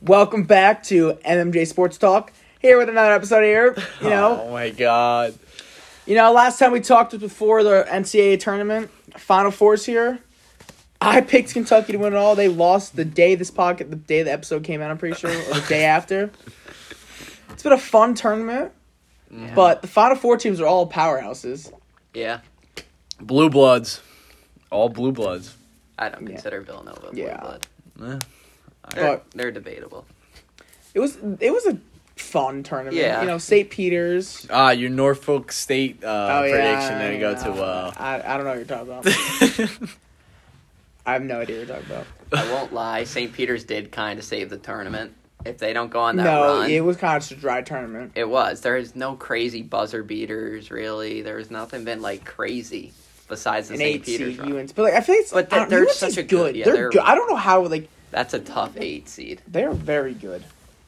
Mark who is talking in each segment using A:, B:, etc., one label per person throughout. A: Welcome back to MMJ Sports Talk. Here with another episode here. You know,
B: Oh my god.
A: you know. Last time we talked was before the NCAA tournament Final Fours here. I picked Kentucky to win it all. They lost the day this pocket, the day the episode came out. I'm pretty sure, or the day after. It's been a fun tournament, but the Final Four teams are all powerhouses.
C: Yeah,
B: Blue Bloods. All Blue Bloods.
C: I don't
A: Yeah.
C: consider Villanova blue
A: Yeah.
C: blood.
B: Eh.
C: They're,
A: But-
C: they're debatable.
A: It was it was a fun tournament.
C: Yeah.
A: You know, St. Peter's.
B: Ah, your Norfolk State uh,
A: Oh, yeah,
B: prediction didn't go uh,
A: yeah.
B: too well.
A: I, I don't know what you're talking about. I have no idea what you're talking about.
C: I won't lie. St. Peter's did kind of save the tournament. If they don't go on that
A: No,
C: run,
A: it
C: it,
A: was kind of just a dry tournament.
C: was. There is no crazy buzzer beaters really. There's nothing been like crazy besides the
A: An
C: St.
A: eight
C: Peter's
A: seed
C: run.
A: UNC, but like I feel like
C: But
A: I don't-
C: they're
A: UNC's
C: such a good- yeah,
A: they're
C: they're-
A: good. I don't know how like
C: That's a tough eight seed.
A: they're very good.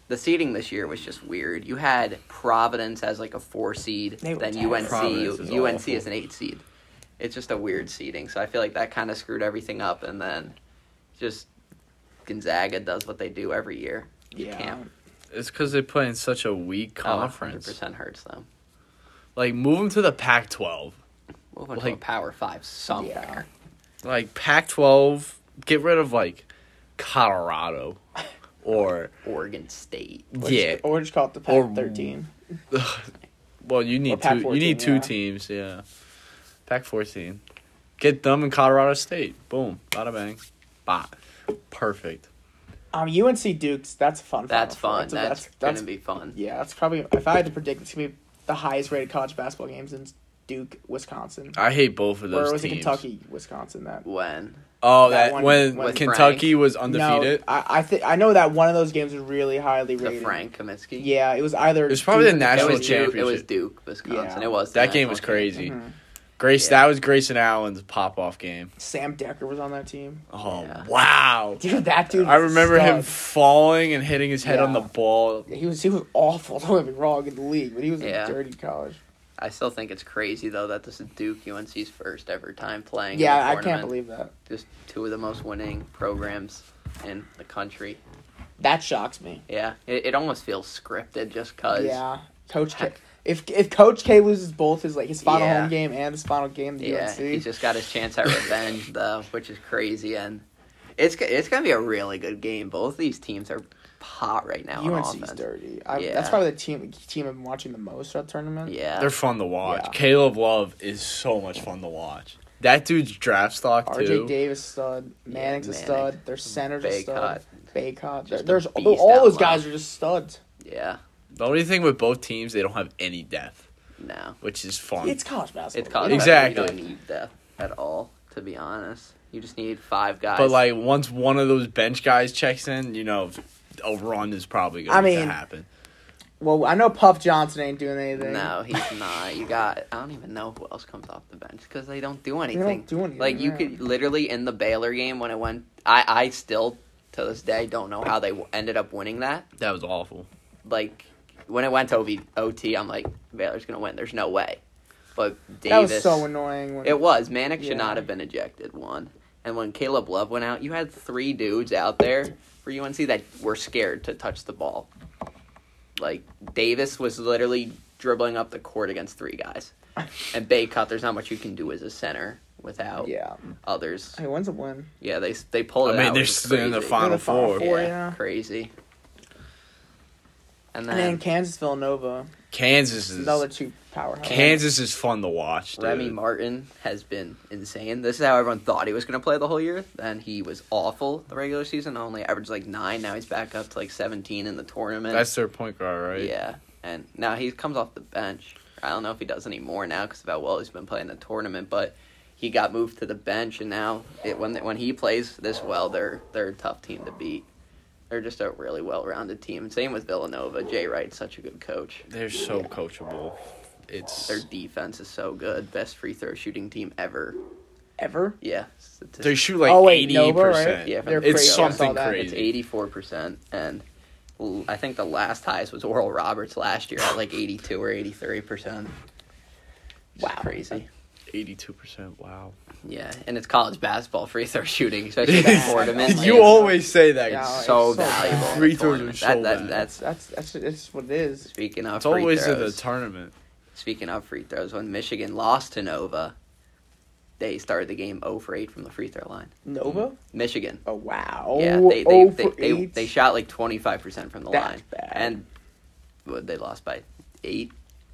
C: The seeding this year was just weird. You had Providence as like a four seed,
A: They were
C: then
A: terrible.
C: UNC.
B: Providence is
C: UNC
B: awful.
C: is an eight seed. It's just a weird seeding. So I feel like that kind of screwed everything up, and then just Gonzaga does what they do every year. You
A: Yeah.
C: can't.
B: It's because they play in such a weak
A: Oh,
C: Conference.
B: conference.
C: percent hurts them.
B: Like, move them to the Pac 12.
C: Moving to a
B: Like-
C: power five somewhere.
B: Like, Pac 12, get rid of, like, Colorado. Or,
C: Oregon State.
A: Or just-
B: yeah.
A: or just call it the
B: Or-
A: Pac thirteen.
B: Well, you need two.
A: Pac
B: you
A: 14,
B: need two
A: yeah.
B: teams. Yeah, Pac fourteen. Get them in Colorado State. Boom. Bada bang. Bot. Perfect.
A: Um, UNC Dukes. That's a fun.
C: That's
A: Final Four.
C: fun.
A: a-
C: That's,
A: that's-
C: gonna be fun.
A: yeah. That's probably if I had to predict, it's gonna be the highest rated college basketball games in Duke, Wisconsin.
B: I hate both of those
A: Or was it
B: teams.
A: Kentucky, Wisconsin? That
C: When
B: Oh,
A: That
B: that,
A: one
B: when
A: with
B: Kentucky was undefeated.
A: No, I, I think I know that one of those games was really highly
C: the
A: rated.
C: Frank Kaminsky.
A: Yeah, it was either.
B: It was probably the
A: Duke or
C: It
B: national
C: was
A: Kentucky.
C: Duke, it was
B: championship.
C: Duke, Wisconsin.
A: Yeah.
C: It was the
B: that game
C: national
B: was
C: championship.
B: crazy.
A: Mhm.
B: Grace,
C: Yeah.
B: that was Grayson Allen's pop off game.
A: Sam Decker was on that team.
B: Oh
C: Yeah.
B: wow!
A: Dude, that dude.
B: I
A: was a
B: remember him
A: stud.
B: falling and hitting his head on
A: Yeah.
B: the ball.
A: He was he was awful. Don't get me wrong in the league, but he was a
C: Yeah.
A: dirty college.
C: I still think it's crazy though that this is Duke UNC's first ever time playing. in
A: Yeah,
C: the
A: I can't
C: tournament.
A: believe that.
C: just two of the most winning programs in the country.
A: That shocks me.
C: Yeah, it, it almost feels scripted just cause.
A: Yeah, Coach K.
C: Uh, Heck.
A: If if Coach K loses both his like his final
C: Yeah.
A: home game and his final game, the
C: Yeah,
A: UNC.
C: he's just got his chance at revenge though, which is crazy and it's go- it's gonna be a really good game. Both these teams are hot right now on
A: UNC's
C: offense.
A: dirty. I,
C: Yeah.
A: That's probably the team team I've been watching the most throughout the tournament.
C: Yeah,
B: They're fun to watch.
A: Yeah.
B: Caleb Love is so much fun to watch. That dude's draft stock too.
A: RJ Davis stud, Manning's a
C: Manning.
A: stud, their center's a stud, Baycott.
C: Just a
A: There's
C: beast
A: all those
C: out
A: guys
C: loud.
A: are just studs.
C: yeah,
B: The only thing with both teams, they don't have any depth,
C: no,
B: which is fun.
A: It's college basketball.
C: it's college.
A: You know,
B: Exactly.
C: basketball. You don't need depth at all, to be honest. You just need five guys.
B: but like once one of those bench guys checks in, you know, a run is probably going
A: I
B: to
A: mean-
B: happen.
A: Well, I know Puff Johnson ain't doing anything.
C: No, he's not. You got. I don't even know who else comes off the bench because they don't do anything.
A: do anything,
C: Like you
A: yeah.
C: could literally in the Baylor game when it went. I I still to this day don't know how they w- ended up winning that.
B: That was awful.
C: Like when it went to OV, OT, I'm like Baylor's gonna win. There's no way. But
A: that
C: Davis,
A: was so annoying. When,
C: it was Manic
A: Yeah.
C: should not have been ejected. One. And when Caleb Love went out, you had three dudes out there for UNC that were scared to touch the ball. Like Davis was literally dribbling up the court against three guys. And Baycott, there's not much you can do as a center without
A: yeah.
C: others.
A: Hey, when's a win?
C: Yeah, they they pulled it
B: I mean,
C: out,
B: they're
C: which is
B: still in the
C: Oh, crazy.
B: Final
A: They're the Final
B: Four.
C: Yeah,
A: Four, yeah.
C: crazy. And
A: And then
C: then,
A: Kansas Villanova,
B: Kansas is
A: another two powerhouse.
B: Kansas is fun to watch. Dude.
C: Remy Martin has been insane. This is how everyone thought he was going to play the whole year. Then he was awful the regular season, only averaged like nine. Now he's back up to like 17 in the tournament.
B: That's their point guard, right?
C: Yeah, and now he comes off the bench. I don't know if he does anymore now because of how well he's been playing the tournament, but he got moved to the bench, and now it, when when he plays this well, they're they're a tough team to beat. They're just a really well-rounded team. Same with Villanova. Jay Wright's such a good coach.
B: They're so coachable. It's
C: Their
B: they're,
C: defense is so good. Best free throw shooting team ever.
A: ever.
C: Yeah,
B: they shoot like
A: Oh, wait,
B: eighty
A: Nova, right?
B: percent.
C: Yeah, from
A: They're
C: the
B: it's
A: crazy. I saw
B: something
A: that.
C: It's
B: crazy.
C: eighty-four percent, and l- I think the last highest was Oral Roberts last year at like eighty-two or eighty-three percent.
A: Wow.
C: crazy.
B: Eighty-two percent. Wow.
C: Yeah, and it's college basketball free throw shooting, especially that tournament.
B: you
C: like,
B: always say that.
A: Yeah,
C: it's
A: always-
C: so
A: So bad.
C: valuable.
B: Free throws are
C: Tournament.
B: so
C: that, that,
B: bad.
C: That's
A: That's that's that's what it is.
C: speaking of
B: it's
C: free
B: always in the
C: throws.
B: tournament.
C: speaking of free throws, when Michigan lost to Nova, they started the game 0 for 8 from the free throw line.
A: Nova.
C: Michigan.
A: Oh wow.
C: Mm-hmm. Yeah, they they,
A: Oh,
C: they,
A: for
C: they,
A: eight.
C: they shot like 25% from the
A: That's
C: line.
A: bad.
C: And what, they lost by 8,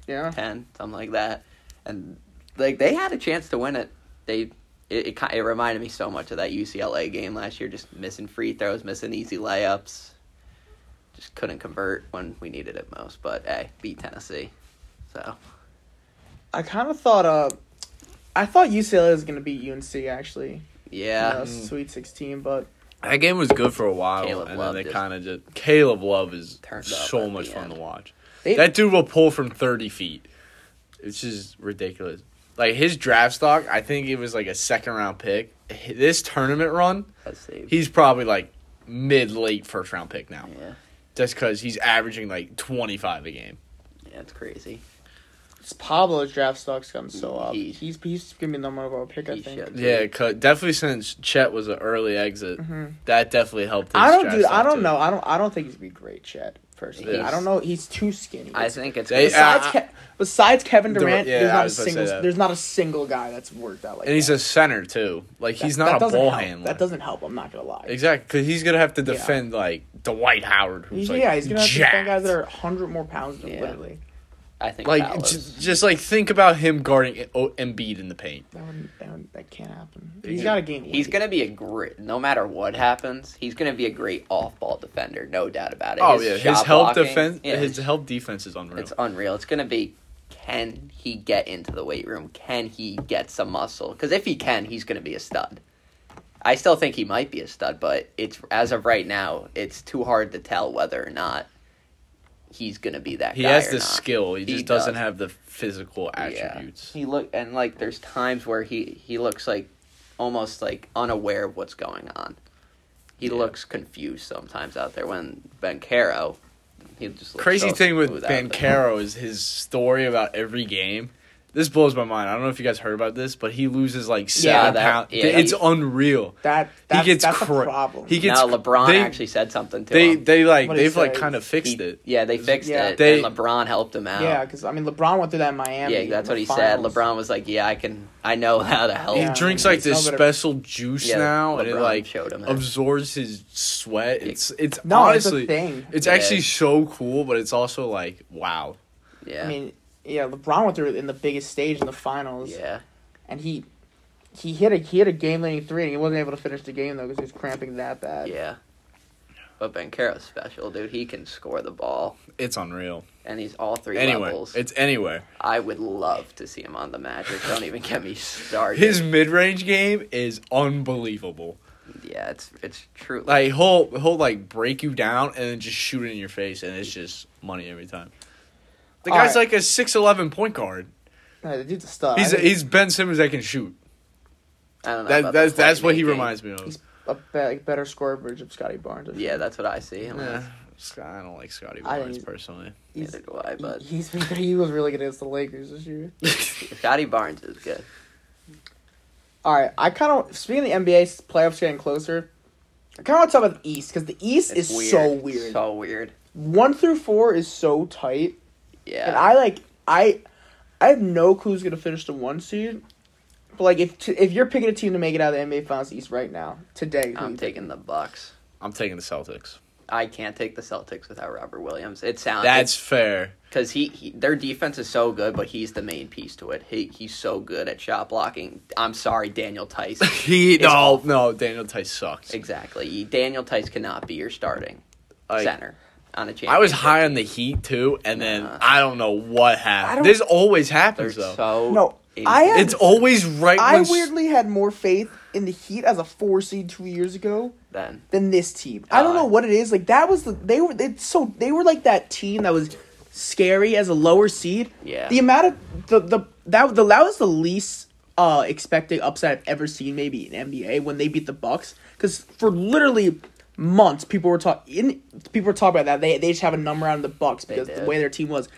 A: Yeah.
C: 10, something like that. And like they had a chance to win it. They it it, ki- it reminded me so much of that UCLA game last year just missing free throws, missing easy layups. Just couldn't convert when we needed it most, but hey, beat Tennessee. So,
A: I kind of thought uh, I thought UCLA was gonna beat UNC actually.
C: yeah. Mm.
A: Uh, Sweet sixteen, but
B: That game was good for a while,
C: Caleb
B: and
C: Love
B: then they
C: just
B: kind of just. Caleb Love is
C: turned up
B: so
C: at
B: much
C: the
B: fun
C: end.
B: to watch.
A: they
B: that dude will pull from thirty feet. It's just ridiculous. Like his draft stock, I think it was like a second round pick. H- This tournament run,
C: Let's see.
B: he's probably like mid late first round pick now,
C: yeah,
B: just because he's averaging like twenty five a game.
C: yeah, it's crazy.
A: it's Pablo's draft stock's gone so up.
C: He-
A: he's he's gonna be the number one pick. I
C: he
A: think.
C: should.
B: Yeah, 'cause- definitely since Chet was an early exit,
A: Mhm.
B: that definitely helped. His
A: I don't
B: draft
A: do. I
B: stock,
A: don't
B: too.
A: know. I don't. I don't think he's gonna be great yet. Personally,
C: He's-
A: I don't know. He's too shinny.
C: I think it's
B: They-
C: gonna-
B: uh,
A: besides, Ke- besides Kevin Durant,
B: Durant- yeah,
A: there's
B: I
A: not a
B: was about to say
A: single.
B: that.
A: There's not a single guy that's worked out like.
B: And he's
A: that.
B: a center too. Like he's
A: That-
B: not
A: that
B: a
A: doesn't
B: ball
A: help.
B: handler.
A: That doesn't help. I'm not gonna lie.
B: Exactly, because he's gonna have to defend like Dwight Howard, who's like
A: yeah, he's gonna have to defend
B: jacked.
A: guys that are hundred more pounds than him,
C: Yeah.
A: literally.
C: I think
B: like
C: Paolo's-
B: j- just like think about him guarding I- O- Embiid in the paint.
A: That, would, that, would, that can't happen.
B: He-
A: He's got to gain.
C: He's
A: weight.
C: gonna be a great. No matter what happens, he's gonna be a great off-ball defender, no doubt about it.
B: oh yeah,
C: shot
B: his help
C: blocking,
B: defense,
C: yeah,
B: his help defense is unreal.
C: it's unreal. It's gonna be. Can he get into the weight room? Can he get some muscle? Because if he can, he's gonna be a stud. I still think he might be a stud, but it's as of right now, it's too hard to tell whether or not he's gonna be that.
B: he
C: guy
B: has
C: or
B: the
C: not.
B: skill. He,
C: He
B: just doesn't
C: does.
B: have the physical attributes.
C: He look and like there's times where he he looks like almost like unaware of what's going on. He
B: Yeah.
C: looks confused sometimes out there when Bancaro he just looks
B: Crazy
C: so
B: thing with
C: smooth out there.
B: Bancaro is his story about every game. This blows my mind. I don't know if you guys heard about this, but he loses like seven
C: that-
B: pounds.
C: yeah,
B: it's
C: he's-
B: unreal.
A: That that's,
B: gets
A: that's
B: cra-
A: a problem.
B: he gets-
C: now LeBron
B: they-
C: actually said something to
B: They
C: him.
B: they like
A: What he
B: they've like
A: says.
B: kind of fixed
C: He-
B: it.
C: Yeah, they fixed
A: Yeah.
C: it.
B: They-
C: and LeBron helped him out.
A: yeah, because I mean LeBron went through that in Miami.
C: Yeah, that's
A: in
C: what
A: the
C: he
A: finals.
C: said. LeBron was like, "Yeah, I can. I know how to help."
B: He
A: Yeah.
B: drinks like
A: it's
B: this
A: no better-
B: special juice
C: Yeah,
B: now, and it
C: LeBron
B: like
C: showed him that.
B: absorbs his sweat. It's it's
A: No,
B: honestly
A: it's a thing.
B: It's
C: Yeah.
B: actually so cool, but it's also like wow.
C: Yeah,
A: I mean, yeah, LeBron went through it in the biggest stage in the finals,
C: yeah.
A: and he he hit a he hit a game winning three, and he wasn't able to finish the game though because he was cramping that bad.
C: Yeah. But Bancaro's special, dude. He can score the ball,
B: It's unreal.
C: and he's all three
B: Anywhere,
C: levels.
B: it's anywhere.
C: I would love to see him on the Magic. Don't even get me started.
B: His mid-range game is unbelievable.
C: yeah, it's it's true.
B: Like he'll he'll like break you down and then just shoot it in your face, and it's just money every time. The
A: All
B: guy's
A: right.
B: like a six eleven point guard.
A: No, the dude's a stud.
B: He's
A: I think
B: he's Ben Simmons that can shoot.
C: Uh, I don't know.
B: That
C: about
B: that's
C: the
B: that's what he
C: playmaking.
B: reminds me of.
A: He's- a be- like, better score average of Scotty Barnes. I
C: Yeah,
A: think.
C: that's what I see him
B: Nah,
C: as.
B: Scott- I don't like Scotty
A: I
B: Barnes
A: didn't-
B: personally.
A: he's,
C: Neither do I. But
A: he- he's been- he was really good against the Lakers this year.
C: Scotty Barnes is good.
A: All right, I kind of speaking of the NBA playoffs getting closer. I kind of want to talk about the East because the East
C: It's
A: is
C: weird.
A: so weird.
C: So weird.
A: One through four is so tight, and
C: Yeah.
A: I like I I have no clue who's gonna finish the one seed. But like if t- if you're picking a team to make it out of the NBA Finals East right now today, who
C: I'm
A: you
C: taking the Bucks.
B: I'm taking the Celtics.
C: I can't take the Celtics without Robert Williams. Uh, It sounds
B: That's fair.
C: because he, he their defense is so good, but he's the main piece to it. He he's so good at shot blocking. I'm sorry, Daniel Tice.
B: He
C: It's
B: no
C: awful.
B: no Daniel Tice sucks.
C: exactly. Daniel Tice cannot be your starting
B: Like,
C: center on a championship.
B: I was high on the Heat too, and
C: Nah.
B: then I don't know what
A: I
B: happened.
A: don't-
B: This always
C: They're
B: happens though.
C: so
A: No,
C: in-
A: I am-
B: It's always right.
A: I
B: when s-
A: weirdly had more faith in the Heat as a four seed two years ago
C: then.
A: than this team. I don't
C: Uh,
A: know what it is. Like that was the they were it's so they were like that team that was scary as a lower seed.
C: Yeah.
A: The amount of the the that the that was the least uh expected upset I've ever seen maybe in NBA when they beat the Bucks because for literally months people were talking people were talking about that they they just have a number on the Bucks because the
C: did.
A: way their team was.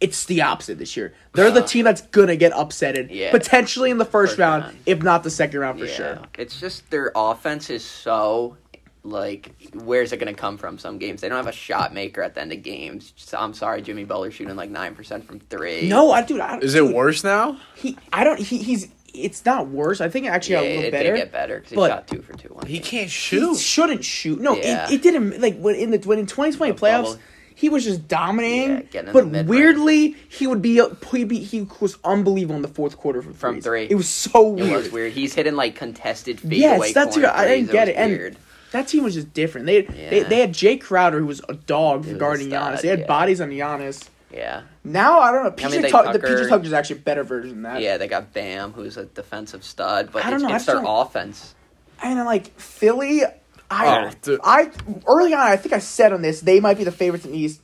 A: It's the opposite this year. They're the
C: Uh,
A: team that's gonna get upsetted
C: yeah.
A: potentially in the first,
C: First
A: round,
C: round.
A: if not the second round for
C: Yeah.
A: sure.
C: It's just their offense is so like where's it gonna come from? Some games they don't have a shot maker at the end of games. So, I'm sorry, Jimmy Butler shooting like nine percent from three.
A: No, I dude, I don't,
B: Is it
A: dude,
B: worse now?
A: He, I don't. He, he's. It's not worse. I think it actually
C: yeah,
A: got a little
C: it
A: better.
C: did get better because he
A: but-
C: shot two for two. One
B: He
C: game.
B: can't
A: he
B: shoot.
A: shouldn't shoot. No,
C: Yeah.
A: it, it didn't like when in the when in 2020
C: The
A: playoffs,
C: bubble.
A: he was just
C: Yeah,
A: dominating.
C: getting in the
A: but
C: mid-range.
A: weirdly, he would be he'd be he was unbelievable in the fourth quarter from,
C: From
A: threes.
C: three.
A: It was so
C: It
A: weird.
C: was weird. He's hitting like contested fadeaway.
A: Yes, that's
C: corner
A: weird. I didn't
C: threes.
A: get
C: was
A: it. And
C: Weird.
A: That team was just different. They, they
C: Yeah.
A: they had Jay Crowder who was a dog
C: He was a
A: regarding
C: stud,
A: Giannis. They had
C: yeah.
A: bodies on Giannis.
C: Yeah,
A: Now I don't know. PJ
C: mean, they
A: Tuck- the
C: Tucker-
A: PJ Tucker is actually a better version than that.
C: yeah. They got Bam, who's a defensive stud, but
A: I don't
C: it's,
A: know, I
C: it's their
A: just don't-
C: offense.
A: And I'm like Philly, I,
B: Oh, dude.
A: I early on I think I said on this they might be the favorites in the East.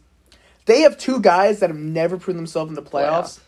A: They have two guys that have never proven themselves in the playoffs.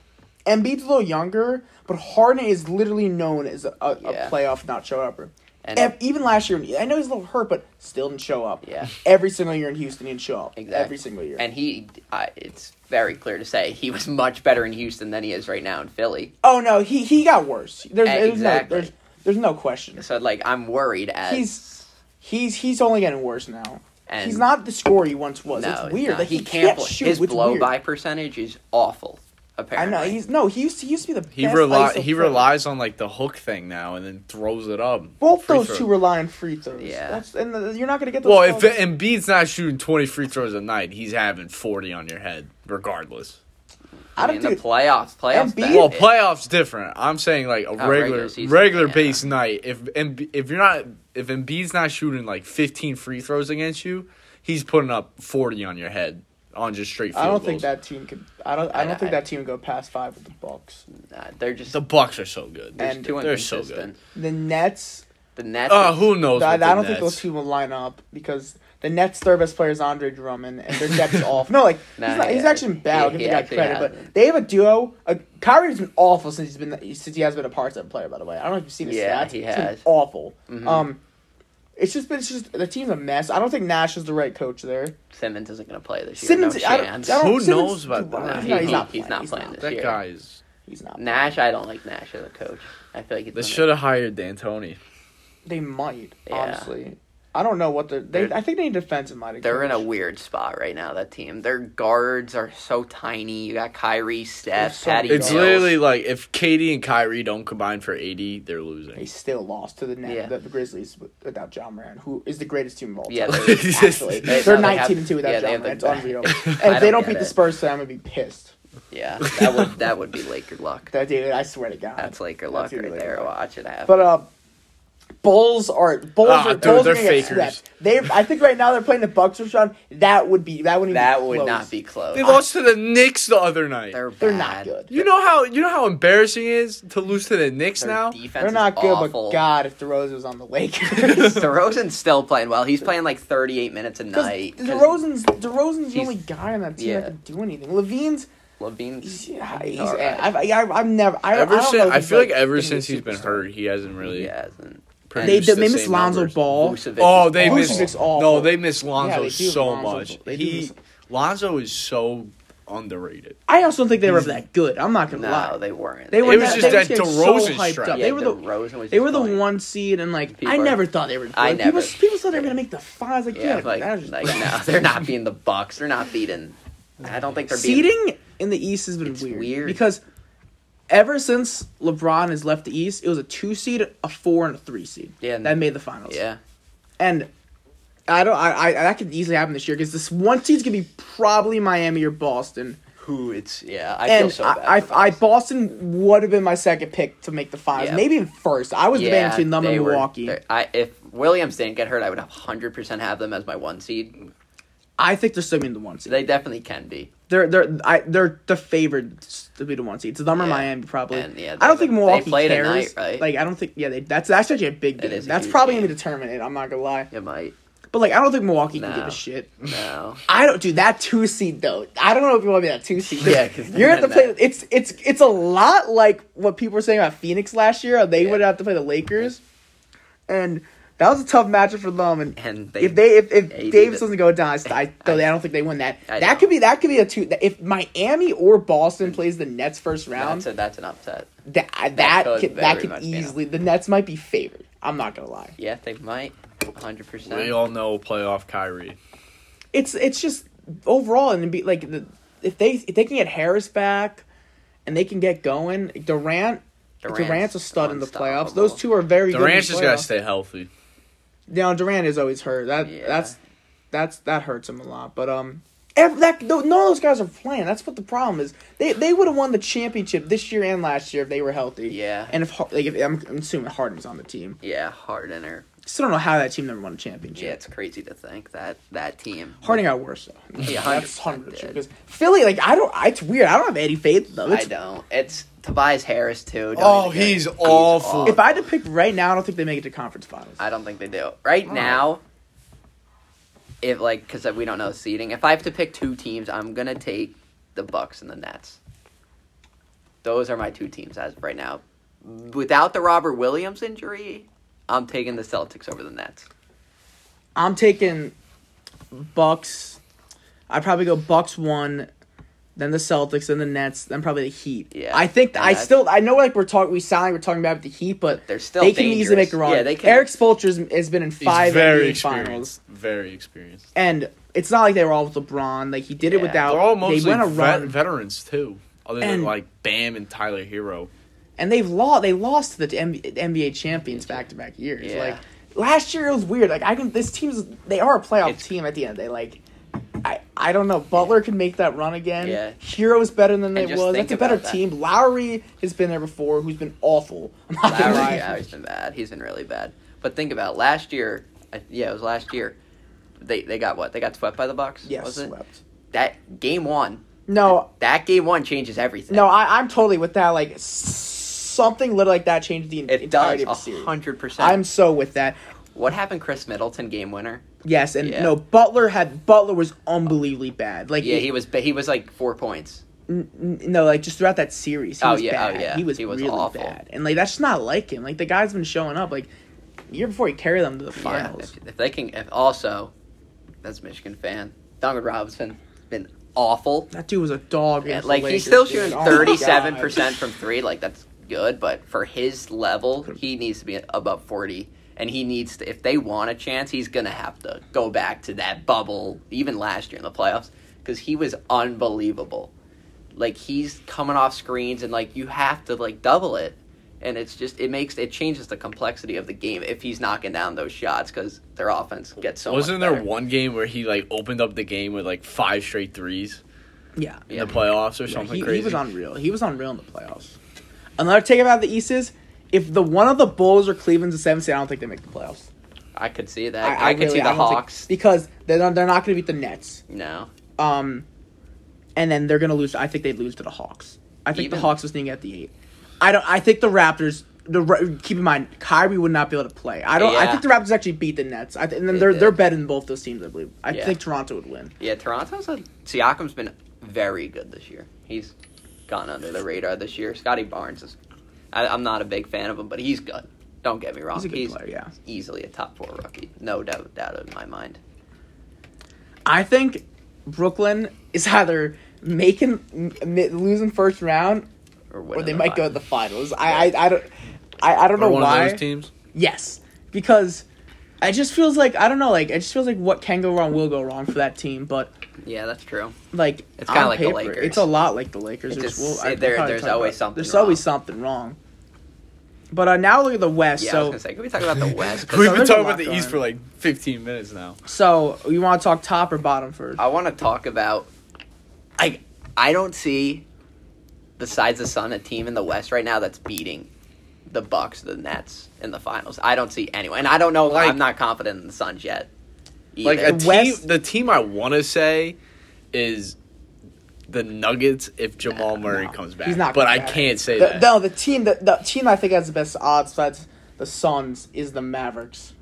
C: Playoffs.
A: Embiid's a little younger, but Harden is literally known as a, a,
C: Yeah.
A: a playoff not show upper.
C: And
A: Ev- even last year, I know he's a little hurt, but still didn't show up.
C: Yeah.
A: Every single year in Houston, he didn't show up.
C: Exactly.
A: Every single year.
C: and he, I, it's very clear to say he was much better in Houston than he is right now in Philly.
A: oh no, he he got worse. There's,
C: Eh,
A: there's
C: exactly.
A: no there's, there's no question.
C: So like I'm worried as
A: He's- He's he's only getting worse now.
C: and
A: he's not the scorer he once was.
C: No,
A: it's
C: he's
A: weird.
C: not.
A: Like,
C: he, can't, play.
A: shoot.
C: His
A: it's
C: blow
A: weird.
C: by percentage is awful.
A: I
C: Apparently,
A: know he's no. He used to, he used to be the
B: He
A: best.
B: rely
A: ISO
B: he
A: player.
B: relies on like the hook thing now and then throws it up.
A: Both
B: Free
A: those
B: throw.
A: two rely on free throws.
C: Yeah.
A: That's, and the, you're not gonna get those.
B: Well, if
A: calls.
B: Embiid's not shooting twenty free throws a night, he's having forty on your head regardless.
C: I
A: I
C: mean,
A: don't
C: the
A: think
C: playoffs, playoffs.
A: Embiid-
C: that-
B: Well,
C: it- Oh,
B: playoffs different. I'm saying like a
C: regular
B: regular
C: season,
B: regular,
C: yeah.
B: pace night. If Embi- if you're not if Embiid's not shooting like 15 free throws against you, he's putting up 40 on your head on just straight. Field
A: I don't think
B: goals.
A: that team could. I don't. I
C: I-
A: don't think
C: I-
A: that team would go past five with the Bucks.
C: nah, uh, they're just
B: the Bucks are so good.
C: they're
A: and
C: too
B: they're so good.
C: inconsistent.
A: The Nets.
C: The Nets.
B: Uh, who knows?
A: I, I
B: with the
A: don't think
B: Nets.
A: those two will line up because the Nets' third best player is Andre Drummond, and their depth's off. No, like
C: Nah,
A: he's, not, he's
C: yeah.
A: actually been bad. I'll
C: He-
A: give
C: he
A: the guy
C: actually
A: credit,
C: hasn't.
A: but they have a duo. Uh, Kyrie's been awful since he's been since he has been a part-time player. By the way, I don't know if you've seen his
C: Yeah,
A: stats.
C: he
A: It's been
C: has.
A: awful.
C: Mhm.
A: Um, it's just been it's just the team's a mess. I don't think Nash is the right coach there.
C: Simmons isn't going to play this year.
A: Simmons,
C: no
A: I don't, I
C: chance.
A: don't,
B: Who
A: Simmons-
B: knows about
A: Well,
B: that?
A: No,
B: He-
A: he's not.
C: he's not playing
A: He's
C: this
A: not.
B: That
C: year.
B: guy is.
A: He's not.
C: Nash, I don't like Nash as a coach. I feel like he's
B: They
C: gonna-
B: should have hired D'Antoni.
A: They might
C: Yeah.
A: honestly. I don't know what they're. They,
B: They're-
A: I think they need defensive minded.
C: They're in a weird spot right now. That team. Their guards are so tiny. You got Kyrie, Steph,
A: so
C: Patty.
A: big.
B: It's
C: Mills.
B: literally like if Katie and Kyrie don't combine for 80, they're
A: They
B: losing.
A: still lost to the Net,
C: Yeah.
A: the, the Grizzlies with- without John Moran, who is the greatest team of all time.
C: Yeah, they-
A: actually,
C: they-
A: they're
C: no, they have-
A: nineteen and two without
C: yeah, they
A: John
C: have
A: Moran. It's
C: the-
A: unreal. And if
C: I
A: they
C: don't
A: don't
C: get
A: beat the
C: it.
A: Spurs, today, I'm gonna be pissed.
C: yeah. That would that would be Laker luck.
A: That dude, I swear to God,
C: That's Laker
A: That's
C: luck
A: either
C: right
A: Laker
C: there.
A: luck.
C: Watch it happen.
A: But uh, Bulls are Bulls
B: Ah,
A: are
B: dude,
A: Bulls
B: they're
A: are gonna get
B: fakers.
A: swept. They, I think right now they're playing the Bucks or something. That would be that would
C: that would not be close.
B: They lost to the Knicks the other night.
C: They're,
A: They're not
C: bad.
A: good.
B: You know how you know how embarrassing it is to lose to the Knicks
C: Their
B: now.
C: defense
A: They're
C: is
A: not good,
C: awful.
A: but God, if DeRozan was on the Lakers.
C: DeRozan's still playing well. He's playing like 38 minutes a night. 'cause
A: DeRozan's DeRozan's the
C: He's-
A: only guy on that team
C: yeah.
A: that can do anything. Levine's
C: Levine's
A: he's, yeah, he's
C: all right.
A: I've, I've, I've never I,
B: ever
A: I don't
B: since
A: know if
B: I
A: he's,
B: feel like, ever
A: gonna be
B: since
A: a
B: he's been
A: superstar.
B: hurt, he hasn't really.
C: he hasn't.
A: They,
B: produced
A: they
B: the
A: missed
B: same
A: Lonzo
B: numbers.
A: Ball.
C: Vucevic is
B: Oh, they
C: awful.
A: Vucevic's
B: miss
A: awful.
B: no, they miss Lonzo
A: they do
B: so
A: Lonzo.
B: much.
A: They do
B: He
A: miss-
B: Lonzo is so underrated.
A: I also don't think they were that good. I'm not gonna
C: No,
A: lie.
C: they weren't.
A: They were
B: It was
A: not-
B: just
A: they were
B: that
A: getting
B: DeRozan
A: so hyped
B: stretch.
A: up.
C: Yeah,
A: They were the
C: DeRozan was
A: they were the
C: one.
A: one seed, and like
C: People
A: I
C: are-
A: never thought they were. Good.
C: I
A: People,
C: never-
A: people thought they were gonna make the finals. Like
C: Yeah,
A: yeah,
C: like,
A: that was just
C: like no, they're not beating the Bucks. They're not beating. I don't think they're beating.
A: Seeding in the East has been
C: It's
A: weird,
C: weird.
A: because ever since LeBron has left the East, it was a two seed, a four, and a three seed.
C: Yeah, and-
A: that made the finals.
C: Yeah,
A: and I don't. I, I that could easily happen this year because this one seed's gonna be probably Miami or Boston.
C: who it's yeah. I feel
A: and
C: so bad.
A: I,
C: for
A: I, I,
C: Boston.
A: Boston would have been my second pick to make the finals,
C: Yeah.
A: maybe even first. I was debating between them
C: they
A: and
C: were-
A: Milwaukee.
C: they're- I, if Williams didn't get hurt, I would hundred percent have them as my one seed.
A: I think they're still being the one seed.
C: They definitely can be.
A: They're they're I, they're the favored to be the one seed. It's them or
C: Yeah.
A: Miami probably.
C: And, yeah,
A: I don't
C: they-
A: think
C: they
A: Milwaukee
C: play
A: cares.
C: tonight, right?
A: Like I don't think yeah they, that's that's actually a big
C: That
A: game.
C: is a
A: That's
C: huge
A: probably
C: game.
A: gonna determine it. I'm not gonna lie,
C: It might.
A: but like I don't think Milwaukee
C: No.
A: can give a shit.
C: No.
A: I don't do that two seed though. I don't know if you want me that two seed.
C: Yeah, 'cause
A: you're gonna have to
C: then
A: play. It's it's it's a lot like what people were saying about Phoenix last year. They
C: Yeah.
A: would have to play the Lakers, and That was a tough matchup for them, and
C: And they,
A: if they if, if
C: they
A: Davis
C: did.
A: doesn't go down, I, st- I, don't- I don't think they win that.
C: I
A: that
C: know.
A: could be that could be a two. If Miami or Boston plays the Nets first round,
C: that's, a, that's an upset.
A: that that
C: that
A: that
C: could
A: could, that
C: very
A: could
C: much be an
A: easily the Nets might be favored. I'm not gonna lie.
C: Yeah, they might. 100%.
B: We all know playoff Kyrie.
A: It's it's just overall and it'd be like the, if they if they can get Harris back, and they can get going Durant. Durant's, a stud in the playoffs. Those two are very
B: Durant's
A: good.
B: just
A: in the
B: gotta
A: playoffs.
B: stay healthy.
A: Now Durant is always hurt. That
C: Yeah.
A: that's that's that hurts him a lot. But um, ev that th- none of those guys are playing. That's what the problem is. They they would have won the championship this year and last year if they were healthy.
C: Yeah.
A: And if Har- like if, I'm, I'm assuming Harden's on the team.
C: Yeah, Harden or
A: Still don't know how that team never won a championship.
C: yeah, it's crazy to think that that team.
A: Harding got worse though.
C: Yeah,
A: that's
C: 100%
A: hundred
C: did.
A: because Philly, like I don't, I, it's weird. I don't have any faith though.
C: I
A: It's,
C: don't. It's Tobias Harris too. Don't
B: Oh,
C: even get-
B: he's awful.
A: if I had to pick right now, I don't think they make it to conference finals.
C: I don't think they do.
A: Oh.
C: Right now, if like because we don't know seeding. If I have to pick two teams, I'm gonna take the Bucks and the Nets. Those are my two teams as of right now. Without the Robert Williams injury, I'm taking the Celtics over the Nets.
A: I'm taking Bucks. I'd probably go Bucks one, then the Celtics, then the Nets, then probably the Heat.
C: Yeah.
A: I think
C: And
A: I
C: that's-
A: still I know like we're talking we sound like we're talking about the Heat, but
C: They're still
A: they can easily
C: dangerous.
A: make a run.
C: Yeah, they can.
A: Eric Spoelstra has been in
B: He's
A: five
B: very
A: NBA finals,
B: experienced. Very experienced.
A: and it's not like they were all with LeBron. Like he did it
C: Yeah.
A: without.
B: They're all
A: they
B: mostly
A: went a
B: vet-
A: run,
B: veterans too, other
A: And-
B: than like Bam and Tyler Hero.
A: and they've lost. They lost to the M- NBA champions back to back years.
C: Yeah.
A: Like last year, it was weird. Like I can. This team's they are a playoff
C: It's-
A: team at the end of the day. Like I, I don't know. Butler can make that run again.
C: Yeah.
A: Hero's better than they
C: just
A: was.
C: think
A: That's a better
C: about that.
A: team. Lowry has been there before. Who's been awful. I'm not gonna
C: Lowry,
A: lie.
C: yeah, he's been bad. He's been really bad. But think about it. last year. I- Yeah, it was last year. They they got what? They got swept by the Bucks.
A: Yes,
C: was it?
A: swept.
C: That game one.
A: No,
C: That game one changes everything.
A: no, I, I'm totally with that. Like s- something little like that changed the
C: it
A: entirety
C: does
A: of the series.
C: hundred percent.
A: I'm so with that.
C: What happened, Chris Middleton game winner?
A: Yes, and
C: Yeah.
A: no, Butler had Butler was unbelievably bad. Like
C: Yeah, he was. He was like four points.
A: N- no, like just throughout that series, he
C: Oh,
A: was
C: yeah, oh,
A: bad.
C: yeah.
A: He was
C: He was
A: really
C: awful.
A: bad, and like that's just not like him. Like the guy's been showing up. Like the year before, he carried them to the finals.
C: Yeah, if, if they can, if also, that's a Michigan fan. Duncan Robinson been awful.
A: That dude was a dog. against the
C: like he's
A: Lakers,
C: still
A: dude.
C: shooting
A: Oh, my God.
C: thirty-seven percent from three. Like that's good, but for his level, he needs to be above forty. And he needs to, if they want a chance, he's gonna have to go back to that bubble, even last year in the playoffs, because he was unbelievable. Like he's coming off screens, and like you have to like double it, and it's just it makes it changes the complexity of the game if he's knocking down those shots because their offense gets
A: Oh,
C: so. much
B: Wasn't there
C: better.
B: one game where he like opened up the game with like five straight threes
A: Yeah,
B: in
C: Yeah.
B: the playoffs or
A: Yeah,
B: something
A: he,
B: crazy?
A: he was unreal. He was unreal in the playoffs. Another take about the East is if the one of the Bulls or Cleveland's the seventh seed, I don't think they make the playoffs.
C: I could see that. I, could see the
A: don't think-
C: Hawks.
A: because they're not, they're not going to beat the Nets.
C: no,
A: Um, and then they're gonna lose. I think they would lose to the Hawks. I think
C: Even?
A: the Hawks was sneaking at the eight. I don't. I think the Raptors. The Ra- keep in mind, Kyrie would not be able to play. I don't. I
C: Yeah.
A: think the Raptors actually beat the Nets. I th- and then
C: They
A: they're they're
C: did.
A: better than both those teams. I believe. I
C: Yeah.
A: think Toronto would win.
C: Yeah, Toronto's a Siakam's been very good this year. He's gone under the radar this year. Scotty Barnes is I, I'm not a big fan of him, but he's good. Don't get me wrong.
A: He's a good
C: he's
A: player, yeah.
C: easily a top four rookie. No doubt doubt in my mind.
A: I think Brooklyn is either making m- m- losing first round
C: Or,
A: or
C: winning
A: they
C: the
A: might go to
C: finals.
A: the finals. I I, I don't. I, I don't
B: Or
A: know
B: one
A: why.
B: of those teams.
A: Yes, because it just feels like I don't know. Like it just feels like what can go wrong will go wrong for that team, but.
C: Yeah, that's true.
A: like
C: It's kinda
A: on
C: like the Lakers.
A: It's a lot like the Lakers.
C: It
A: which
C: just-
A: we'll-
C: it-
A: I'll
C: there-
A: probably
C: there's
A: talk
C: always
A: about.
C: something
A: There's
C: wrong.
A: always something wrong. But uh, now look at the West.
C: Yeah, I was
A: so
C: gonna say, can we talk about the West? 'Cause
B: We've been
A: there's a
B: talking
A: lot
B: about the
A: going
B: East
A: on.
B: for like 15 minutes now.
A: so you want to talk top or bottom first?
C: I want to talk about. I I don't see, besides the Sun, a team in the West right now that's beating the Bucks, the Nets in the finals. I don't see anyone, and I don't know.
B: Like-
C: I'm not confident in the Suns yet. Either.
B: Like a
A: The
B: team,
A: West-
B: the team I want to say is the Nuggets if Jamal Murray
A: No,
B: comes back.
A: He's not.
B: but I
A: coming back.
B: can't say
A: The-
B: that.
A: No, the team that the team I think has the best odds besides the Suns is the Mavericks.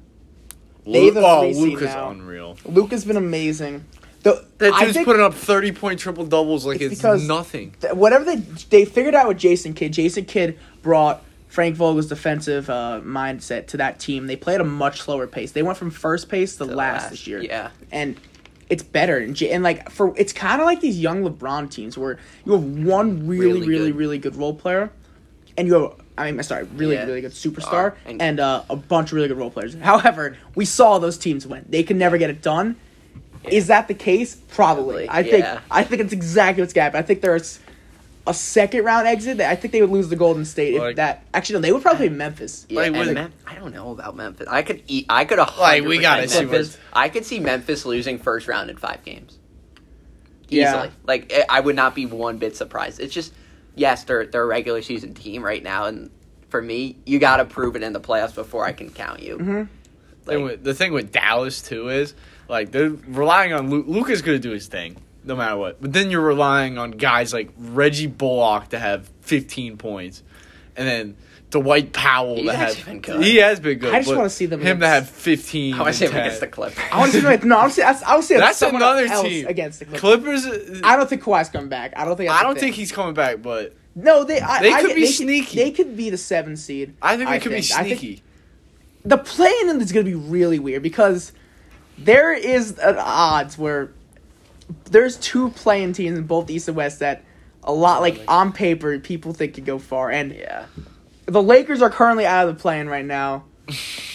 A: they
B: Luke,
A: the
B: oh,
A: three seed
B: Luke is
A: now.
B: unreal.
A: Luke has been amazing. The,
B: That
A: I
B: dude's
A: think
B: putting up 30 point triple doubles like
A: It's
B: it's,
A: because-
B: nothing.
A: th- whatever they they figured out with Jason Kidd. Jason Kidd brought Frank Vogel's defensive uh, mindset to that team. They play at a much slower pace. They went from first pace to,
C: the
A: last, this year
C: Yeah.
A: and it's better and, J- and like for it's kind of like these young LeBron teams where you have one really really
C: Really
A: really good,
C: good.
A: role player and you have I mean sorry really
C: Yeah.
A: really good superstar
C: Star.
A: and,
C: And-
A: uh, a bunch of really good role players. However, we saw those teams win. They can never get it done. Is that the case? Probably.
C: Probably,
A: I think
C: yeah.
A: I think it's exactly what's happened. I think there's a second round exit that I think they would lose the Golden State if
B: Like-
A: that actually no, they would probably play Memphis.
C: Yeah,
B: Like,
C: and
B: with-
C: Mem- I don't know about Memphis. I could eat. I could a
B: Like,
C: hundred.
B: we gotta see
C: percent Memphis.
B: what-
C: I could see Memphis losing first round in five games.
A: Yeah.
C: Easily, like eh, I- I would not be one bit surprised. It's just, yes, they're they're a regular season team right now, and for me, you gotta prove it in the playoffs before I can count you.
A: Mm-hmm.
C: Like,
B: And with- the thing with Dallas too is like they're relying on Luke. Luca's going to do his thing no matter what. But then you're relying on guys like Reggie Bullock to have 15 points, and then Dwight Powell
C: He's
B: to have.
C: actually been good.
B: He has been good.
A: I just
B: but
A: wanna see them
B: him to have
A: against-
B: 15.
C: I want to
B: and
C: say him
B: 10.
C: against the Clippers.
A: I want to see no, I want to see I want to see
B: That's
A: someone
B: another
A: else
B: team
A: against the Clippers.
B: Clippers.
A: I
B: I,
A: don't think Kawhi's coming back. I don't think. That's a
B: don't
A: thing.
B: think he's coming back, but
A: No, they. I,
B: They
A: I
B: could
A: get-
B: be
A: they
B: sneaky.
A: they could be the seven seed.
B: I think we
A: I
B: could
A: think-
B: be
A: I think-
B: sneaky.
A: The playing in is going to be really weird because there is an odds where there's two playing teams in both East and West that a lot like on paper people think could go far, and
C: yeah,
A: the Lakers are currently out of the playing right now.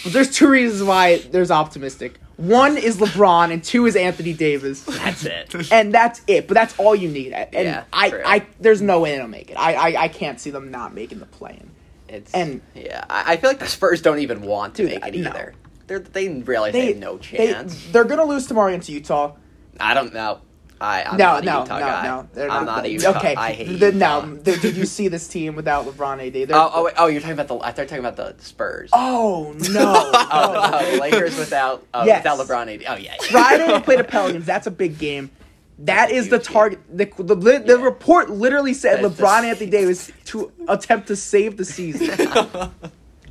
A: But there's two reasons why there's optimistic. One is LeBron, and two is Anthony Davis.
C: that's it.
A: and that's it. But that's all you need. And
C: Yeah,
A: I,
C: true.
A: I, there's no way they'll make it. I, I, I can't see them not making the play-in.
C: It's
A: And-
C: yeah, I, I feel like the Spurs don't even want to
A: Dude,
C: make it
A: no.
C: either. They're, they realize they,
A: They
C: have no
A: They,
C: chance.
A: they're gonna lose tomorrow against Utah.
C: I don't know. I I'm
A: no,
C: not a
A: no,
C: Utah
A: no,
C: guy.
A: no. They're not,
C: I'm not a
A: playing.
C: Utah.
A: Okay,
C: I hate
A: the,
C: Utah.
A: no. the- did you see this team without LeBron AD? They're-
C: Oh, oh, wait, oh, you're talking about the. I thought you were talking about the Spurs.
A: oh no.
C: oh,
A: Oh.
C: oh, the Lakers without oh,
A: Yes.
C: without LeBron. AD. Oh yeah. yeah.
A: Friday they play the Pelicans. That's a big game. That
C: That's a
A: is the
C: huge game.
A: target. The, the, the, the
C: Yeah.
A: report literally said
C: That's the
A: LeBron
C: se-
A: Anthony Davis to attempt to save the season.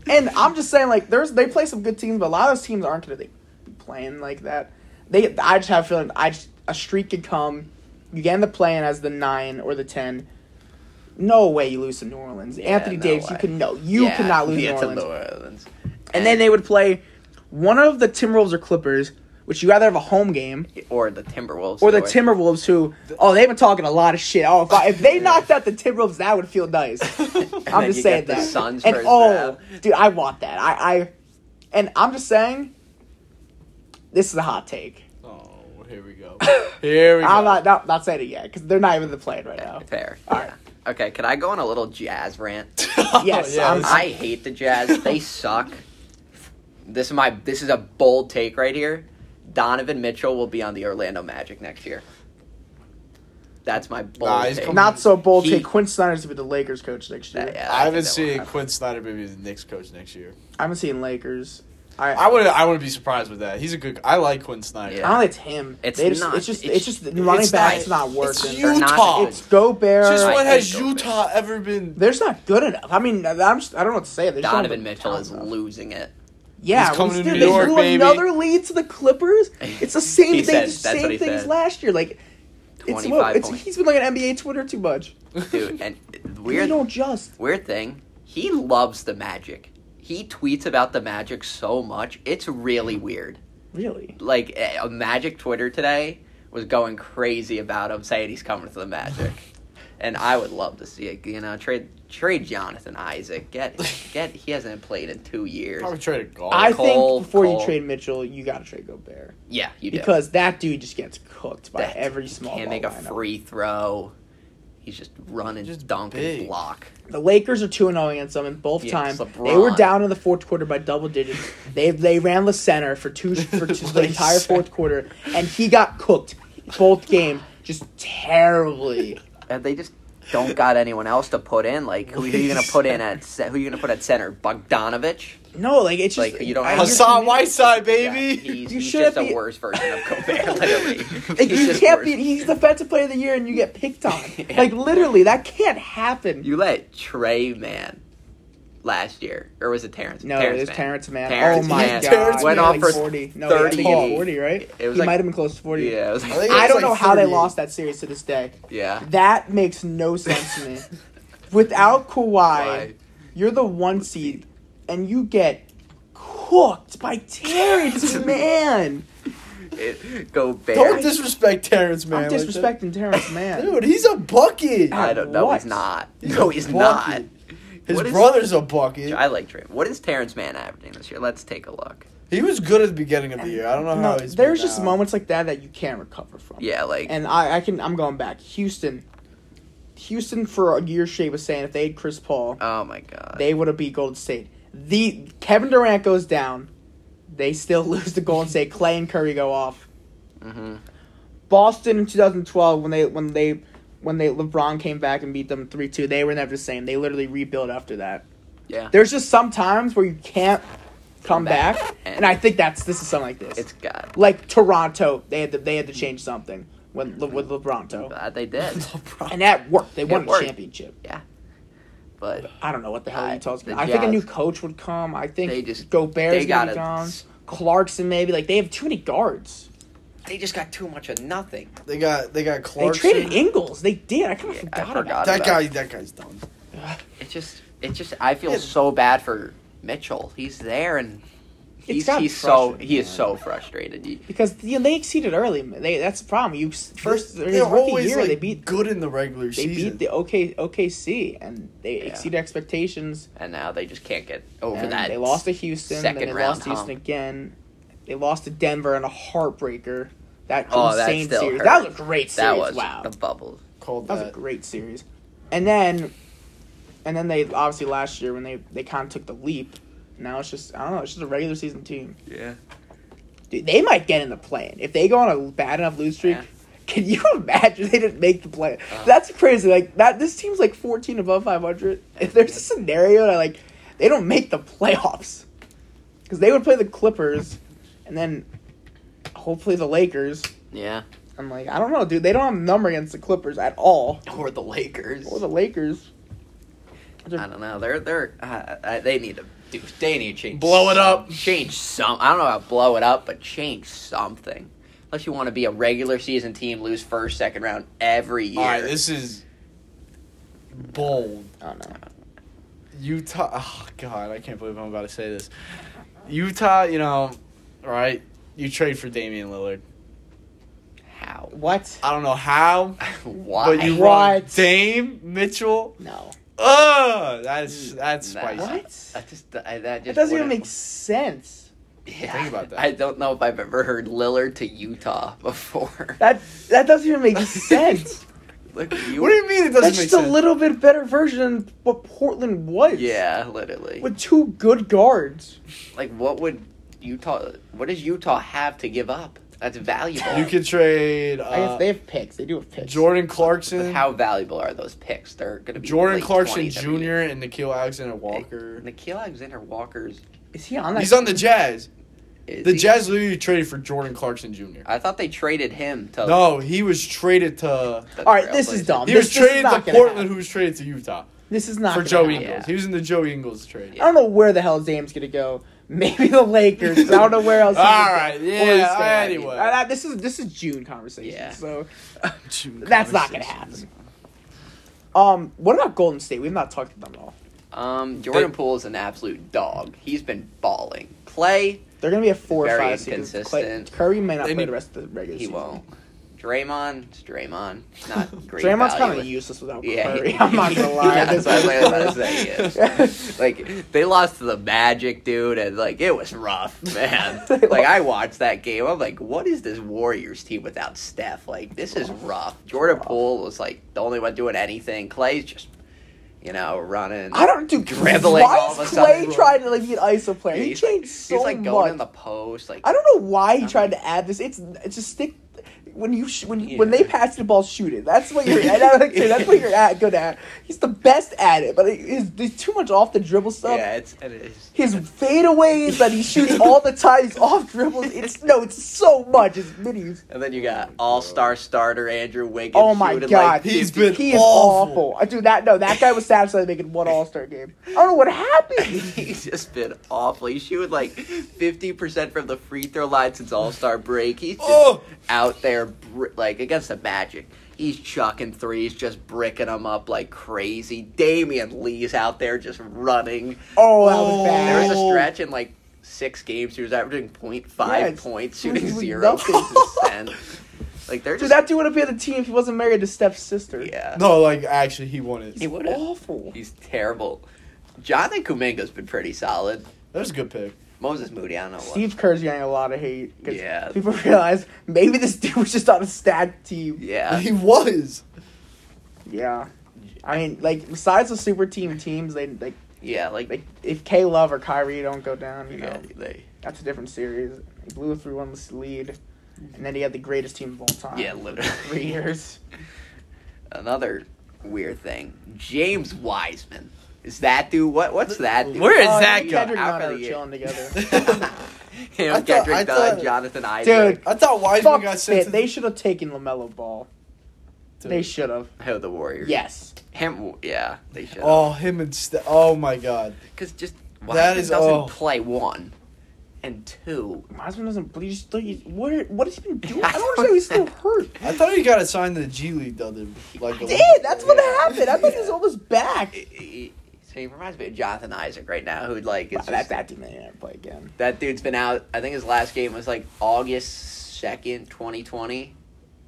A: And I'm just saying, like, there's they play some good teams, but a lot of those teams aren't gonna be playing like that. They, I just have a feeling, I just, a streak could come. You get in the playing as the nine or the ten. No way you lose to New Orleans,
C: Yeah,
A: Anthony
C: no
A: Davis. You
C: way.
A: can no, you
C: Yeah,
A: cannot lose
C: yeah,
A: New
C: to
A: Orleans.
C: Orleans.
A: And then they would play one of the Timberwolves or Clippers, which you either have a home game
C: or the Timberwolves
A: or the
C: Tim.
A: Timberwolves, who oh they've been talking a lot of shit. Oh, if, I, if they knocked out the Timberwolves, that would feel nice. I'm
C: then
A: just
C: you
A: saying
C: get the
A: that.
C: Suns
A: and
C: versus
A: oh,
C: them.
A: dude, I want that. I, I, and I'm just saying, this is a hot take.
B: Oh, here we go. Here we go.
A: I'm not, not not saying it yet because they're not even in the plane right now.
C: Fair.
A: Oh. All right.
C: Yeah. Okay, could I go on a little jazz rant?
A: Yes,
B: Oh, Yeah,
A: I'm-
B: this-
C: I hate the Jazz. They suck. This is my this is a bold take right here. Donovan Mitchell will be on the Orlando Magic next year. That's my bold
B: Nah, he's
C: take.
B: coming-
A: Not so bold
C: He-
A: take. Quinn Snyder's to be the Lakers coach next year.
C: That- yeah,
B: I
C: think
B: haven't
C: that
B: seen
C: will happen.
B: Quinn Snyder maybe the Knicks coach next year.
A: I haven't seen Lakers. I
B: I would I wuld be surprised with that. He's a good. I like Quinn Snyder.
A: I
C: Yeah.
A: don't think it's him.
C: It's
A: They just-
C: not.
A: It's just
C: It's-
A: it's just the running
B: it's
A: back.
B: not.
A: It's not working.
B: It's
A: It's,
C: They're not
B: Utah.
C: good.
B: It's
A: Gobert.
B: Just what
C: I
B: has
C: hate Gobert.
B: Utah ever been?
A: They're just not good enough. I mean, I'm just, I don't know what to say. They just don't have
C: Donovan
A: the
C: Mitchell
A: talent
C: is
A: enough.
C: losing it.
A: Yeah,
B: He's coming
A: we-
B: to
A: dude,
B: New
A: they
B: York,
A: blew
B: baby.
A: another lead to the Clippers. It's the same
C: He
A: thing,
C: says- that's what
A: same
C: he
A: thing as
C: said.
A: last year. Like, it's,
C: Twenty
A: well,
C: five
A: it's
C: points,
A: he's been like an NBA Twitter too much.
C: dude. And
A: We
C: weird
A: don't just.
C: weird thing, he loves the Magic. He tweets about the Magic so much. It's really weird.
A: Really?
C: like eh, a Magic Twitter today was going crazy about him saying he's coming to the Magic, and I would love to see it. You know, trade trade Jonathan Isaac. Get get he hasn't played in two years.
B: Probably traded golf.
A: I
C: Cole,
A: think before you
C: Cole.
A: trade Mitchell, you got to trade Gobert
C: Yeah, you do.
A: because that dude just gets cooked by
C: That-
A: every
C: he
A: small
C: can't
A: ball
C: make a
A: lineup.
C: free throw. He's just running,
B: Just
C: just dunk
B: big.
C: and block.
A: The Lakers are two and zero against them, and both
C: Yeah,
A: times
C: it's
A: they were
C: LeBron.
A: down in the fourth quarter by double digits. they they ran the center for two for two, the
B: Play
A: entire
B: center.
A: fourth quarter, and he got cooked both game just terribly.
C: And they just don't got anyone else to put in. Like who, who are you gonna put in at ce- who are you gonna put at center? Bogdanovich.
A: No, like it's just
C: Like, you don't
A: I
C: have-
B: Hassan
A: understand-
B: Whiteside,
C: Yeah,
B: baby.
C: he's,
A: You
C: he's
A: shouldn't
C: just a
A: be-
C: worse version of Gobert. Literally,
A: Like,
C: He's
A: you
C: just
A: can't
C: worse.
A: be. He's defensive player of the year, and you get picked on.
C: Yeah.
A: Like literally, that can't happen.
C: You let Trey Man last year, or was it Terrence?
A: no, it was
C: Terrence Mann.
A: Terrence Mann.
C: Terrence
A: oh my
C: Mann.
A: god,
B: Terrence
A: went
B: Mann
A: off
B: like
A: for
C: 40,
A: no, 30 he had
C: 38.
A: forty, right?
C: It was
A: he
C: like-
A: might have been close to forty.
C: Yeah, it was like,
B: I think-
A: I
B: It's
A: don't
B: like
A: know how they
B: 38.
A: lost that series to this day.
C: yeah.
A: That makes no sense to me. Without Kawhi,
C: Why?
A: You're the one seed, and you get cooked by Terrence, man.
C: It, go
D: Don't
C: Bears.
D: disrespect Terrence, man.
A: I'm
D: like that.
A: disrespecting Terrence, man.
D: Dude, he's a bucket.
C: I don't know.
A: What?
C: He's not.
D: He's
C: Uh, no,
D: a
C: he's not.
D: bucket. His
C: What is-
D: brother's a bucket.
C: I like Trey. What is Terrence Mann averaging this year? Let's take a look.
D: He was good at the beginning of the year. I don't know how he's. been
A: there's just
D: now.
A: moments like that that you can't recover from.
C: Yeah, like
A: And I, I can I'm going back. Houston. Houston for a year Shea was saying if they had Chris Paul,
C: oh my god.
A: they would have beat Golden State. The Kevin Durant goes down. They still lose to Golden State. Clay and Curry go off.
C: hmm
A: Boston in 2012 when they when they when they LeBron came back and beat them 3-2, they were never the same. They literally rebuilt after that.
C: Yeah.
A: There's just some times where you can't come
C: Come back.
A: back, and I think that's this is something like this.
C: It's God.
A: like Toronto, they had to they had to change something when Le- with LeBronto,
C: Glad they did.
A: and that worked. They won
C: It
A: the
C: worked.
A: championship.
C: But
A: I don't know what the hell
C: I-
A: Utah's gonna.
C: the
A: I think a new
C: Jazz-
A: coach would come. I think they
C: They just-
A: just Gobert's
C: they
A: gonna
C: gotta
A: be gone. Clarkson maybe like they have too many guards.
C: they just got too much of nothing.
D: They got they got
A: They
D: Clarkson.
A: traded Ingles. They did. I kind of
C: Yeah, I
A: forgot,
C: forgot.
A: about
D: That guy, that guy's done.
C: It just it just I feel
D: Yeah.
C: so bad for Mitchell. He's there and he's
A: gotta be
C: he's so
A: frustrating,
C: he is
A: man.
C: so frustrated. He-
A: it. because you know, they exceeded early. They that's the problem. You s- first
D: They-
A: his
D: they're
A: rookie
D: always
A: year
D: like,
A: they beat
D: good in the regular
A: they
D: season.
A: beat the OK OKC and they
C: Yeah.
A: exceeded expectations.
C: and now they just can't get over
A: And
C: that.
A: they lost to Houston, then
C: second
A: they
C: round
A: lost to Houston
C: hump.
A: again. They lost to Denver in a heartbreaker. That
C: Oh, that
A: insane
C: still
A: series.
C: hurt.
A: That was a great series.
C: that was
A: wow,
C: the bubble.
D: Called
A: that was
B: Uh,
A: a
D: that.
A: great series. And then, and then they obviously last year when they they kind of took the leap. Now it's just I don't know. It's just a regular season team.
B: Yeah.
A: Dude, they might get in the play if they go on a bad enough lose streak.
C: Yeah.
A: Can you imagine they didn't make the play? That's crazy. Like that, this team's like fourteen above five hundred. If there's a scenario that like they don't make the playoffs, because they would play the Clippers, and then hopefully the Lakers.
C: Yeah.
A: I'm like, I don't know, dude. They don't have a number against the Clippers at all,
C: Or the Lakers.
A: or the Lakers.
C: I don't know. They're they're uh, uh, they need to do. They need to change.
B: Blow it up.
C: Change some. I don't know about blow it up, but change something. Unless you want to be a regular season team, lose first, second round every year.
B: All right, this is bold.
A: I don't know.
B: Utah. Oh God, I can't believe I'm about to say this. Utah, you know, all right. You trade for Damian Lillard.
C: How?
A: What?
B: I don't know how,
C: Why?
B: but you
A: What?
B: run Dame Mitchell.
A: No,
B: Ugh, that's that's
C: Nah.
B: spicy.
A: What?
C: I just, I, that
A: it
C: just
A: doesn't even
C: wouldn't-
A: make sense.
C: Yeah,
B: Think about that.
C: I don't know if I've ever heard Lillard to Utah before.
A: That that doesn't even make sense.
C: Look, you,
B: What do you mean it doesn't
A: That's
B: make
A: just
B: sense?
A: a little bit better version than what Portland was.
C: Yeah, literally.
A: With two good guards.
C: like, what would Utah? What does Utah have to give up? That's valuable.
B: you could trade
A: I guess
B: uh,
A: they have picks. They do have picks.
B: Jordan
C: But
B: Clarkson,
C: how valuable are those picks? They're going to be
B: Jordan
C: late
B: Clarkson
C: 20s every
B: Jr.
C: year.
B: and Nikhil Alexander Walker.
C: Nikhil Alexander Walker's.
A: Is he on that?
B: He's on the Jazz.
C: is
B: The
C: he-
B: Jazz literally traded for Jordan Clarkson Jr.
C: I thought they traded him to.
B: No, he was traded to.
C: the
A: All right, this is
C: Trailblazers.
A: dumb.
B: He
A: Um, This-
B: was
A: this is
B: traded to
A: not gonna
B: Portland,
A: happen.
B: who was traded to Utah
A: This is not
B: for
A: gonna
B: Joe
A: happen.
B: Ingles.
C: Yeah.
B: He was in the Joe Ingles trade.
A: I don't know where the hell Dame's gonna go. Maybe the Lakers. 'cause I don't know where else. he
B: All
A: could go.
B: right,
A: Or
B: yeah,
A: he's staying.
B: anyway.
A: Uh, that- this is this is June conversation.
C: Yeah.
A: So that's not gonna happen. Um, what about Golden State? We've not talked to them at all.
C: Um, Jordan
B: They-
C: Poole is an absolute dog. He's been balling. Clay,
A: They're gonna be a four
C: Very
A: or five seed 'cause Clay-
C: inconsistent.
A: Curry may not
B: They
A: play
B: need-
A: the rest of the regular
C: he
A: season.
C: won't. Draymond, it's Draymond. Not great.
A: Draymond's
C: value.
A: kind of useless without
C: Yeah,
A: Curry.
C: he-
A: I'm not gonna lie.
C: Yeah, that's what I was about to
A: This-
C: say, like they lost to the Magic, dude, and like it was rough, man. like I watched that game, I'm like, what is this Warriors team without Steph? Like this
A: Oh,
C: is rough. Jordan Poole was like the only one doing anything. Clay's just, you know, running.
A: I don't do
C: Dribbling
A: Why
C: all
A: is
C: of a
A: Clay
C: sudden.
A: trying to like be an ISO player?
C: Yeah,
A: he
C: he's,
A: changed
C: like,
A: so
C: he's like going
A: much.
C: in the post, like
A: I don't know why he
C: Uh-huh.
A: tried to add this. It's it's just stick when you sh- when
C: Yeah.
A: when they pass the ball, shoot it. That's what you're at. That's what you're- That's what you're at good at. He's the best at it, but it is there's too much off the dribble stuff.
C: yeah, it's it is.
A: His fadeaways that he shoots all the time, he's off dribbles. It's no, it's so much. It's minis.
C: And then you got All Star starter Andrew Wiggins.
A: Oh my
C: shooting,
A: god,
C: like,
D: he's
A: 50
D: been
A: he is
D: awful.
A: awful. I do that. No, that guy was Saturday making one All Star game. I don't know what happened.
C: He's just been awful. He's shooting like 50% from the free throw line since All Star break. He's just
B: Oh!
C: out there they're br- like against the Magic. He's chucking threes, just bricking them up like crazy. Damian Lee's out there just running.
A: Oh, that was bad.
C: There was a stretch in like six games. He was averaging
A: Yeah,
C: 0.5
A: it's-
C: points,
A: he was
C: shooting
A: doing
C: zero
A: nothing.
C: percent. Like they're
A: Dude,
C: just
A: that dude would have been on the team if he wasn't married to Steph's sister.
C: yeah.
D: No, like actually, he won it.
C: He would have.
A: Awful.
C: He's terrible. Jonathan Kuminga's been pretty solid.
D: That was a good pick.
C: Moses Moody, I don't know what.
A: Steve Kerr's getting a lot of hate because
C: Yeah.
A: people realize maybe this dude was just on a stacked team.
C: Yeah.
D: he was.
A: Yeah. I mean, like besides the super team teams, they like
C: Yeah, like they,
A: if K Love or Kyrie don't go down, you know,
C: yeah, they
A: that's a different series. He blew a three one lead, and then he had the greatest team of all time.
C: yeah,
A: three
C: literally.
A: years.
C: Another weird thing. James Wiseman. Is that dude what what's that dude?
B: Where is
A: Oh,
B: that
A: he-
B: guy?
A: Kendrick Nunn
C: Out for
A: are
C: the year.
A: chilling together.
C: Him,
D: I thought-
C: Kendrick
D: I
C: Dunn,
D: thought-
C: Jonathan Isaac.
A: Dude,
D: I thought Wiseman
A: fuck
D: got sent
A: Pitt.
D: to
A: They should have taken Lamelo Ball.
D: to-
A: They should have.
C: Oh, the Warriors.
A: Yes.
C: Him yeah, they should.
D: Oh, him and Ste- oh my god.
C: Cuz just Wiseman
D: That is-
C: doesn't
D: oh.
C: play one and two.
A: Wiseman doesn't bleed. He's still, he's, what, what has he been doing? I don't understand. He's still hurt.
D: I thought he got assigned to the G League the other like. a-
A: did. That's what happened. I thought he was almost back.
C: He- he- So he reminds me of Jonathan Isaac right now, who like is
A: Wow,
C: just,
A: that, that dude may never play again.
C: That dude's been out. I think his last game was like August second, twenty twenty.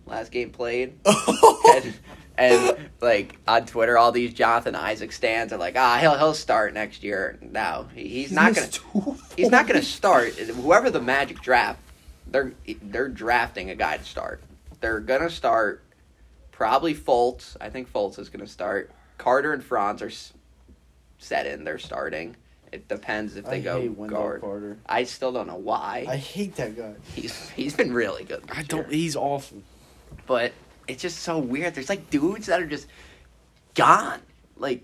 C: Last game played, and, and like on Twitter, all these Jonathan Isaac stands are like, ah, he'll he'll start next year. No, he, he's, not gonna. He's not gonna start. Whoever the Magic draft, they're they're drafting a guy to start. They're gonna start probably Fultz. I think Fultz is gonna start. Carter and Franz are s- set in. They're starting. It depends if they
D: I
C: go
D: hate Wendell
C: guard.
D: Carter.
C: I still don't know why.
D: I hate that guy.
C: he's he's been really good. this
B: I don't.
C: year.
B: He's awful.
C: But it's just so weird. There's like dudes that are just gone. Like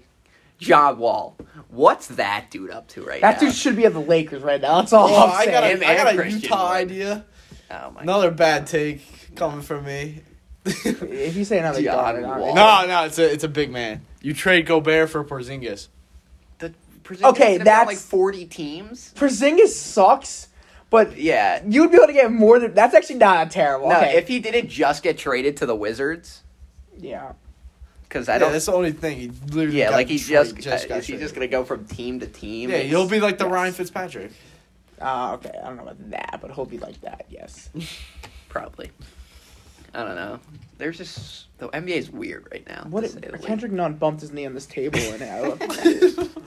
C: John Wall. What's that dude up to right
A: That
C: now?
A: dude should be at the Lakers right now. That's all
D: Oh,
A: I'm
D: I
A: saying.
D: got
C: Him
D: a, I
C: and
D: got a
C: Christian
D: Utah
C: Wood.
D: idea.
C: oh my
D: Another bad take coming from me.
A: if you say another
C: John
A: guy, I-
C: Wall.
B: No, no, it's a it's a big man. You trade Gobert for Porzingis.
C: The Brazil's
A: Okay,
C: gonna be on, like
A: that's-
C: forty teams.
A: Porzingis sucks, but
C: Yeah.
A: you would be able to get more than. That's actually not terrible.
C: No,
A: okay.
C: if he didn't just get traded to the Wizards,
A: yeah.
C: because
D: Yeah,
C: I don't.
D: that's the only thing. He literally
C: Yeah,
D: got
C: like he
D: traded,
C: just, uh,
D: got
C: is he
D: traded.
C: just gonna go from team to team?
D: Yeah,
C: It's-
D: he'll be like the
A: Yes.
D: Ryan Fitzpatrick.
A: Uh, okay, I don't know about that, but he'll be like that, yes.
C: probably. I don't know. There's just the NBA's weird right now.
A: What
C: to
A: if
C: say the
A: Kendrick Nunn bumped his knee on this table and I left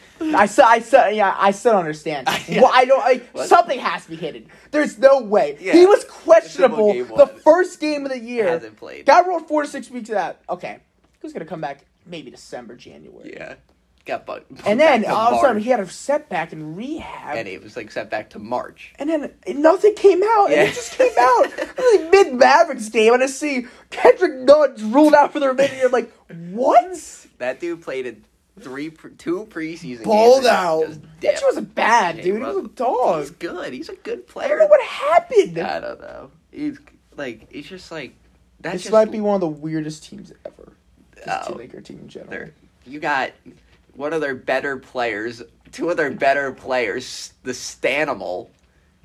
A: I still, I still, yeah, I still don't understand.
C: Yeah.
A: Well, I don't. I,
C: What?
A: something has to be hidden. There's no way.
C: Yeah.
A: He was questionable
C: game
A: the
C: one.
A: first game of the
C: least.
A: year.
C: hasn't played.
A: Got rolled four to six weeks of that. Okay, who's gonna come back? Maybe December, January.
C: Yeah, got bu- bumped.
A: And then
C: back to
A: all of a sudden
C: March,
A: he had a setback in rehab.
C: and it was like set back to March.
A: And then nothing came out. And
C: Yeah.
A: it just came out. like mid Mavericks game, and I see Kendrick Nunn's ruled out for the remainder. You're like, what?
C: That dude played in three, pre- two preseason.
D: Balled
C: games and
D: out.
C: just
A: That
C: dipped.
A: shit was bad,
C: He
A: dude. He was a
C: wasn't-
A: dog.
C: He's good. He's a good
A: I
C: player.
A: don't know what happened.
C: I don't know. He's like it's just like that's
A: this
C: just
A: might be one of the weirdest teams ever. This
C: Oh.
A: two Laker team in general.
C: they're- you got one of their better players, two of their better players, the Stanimal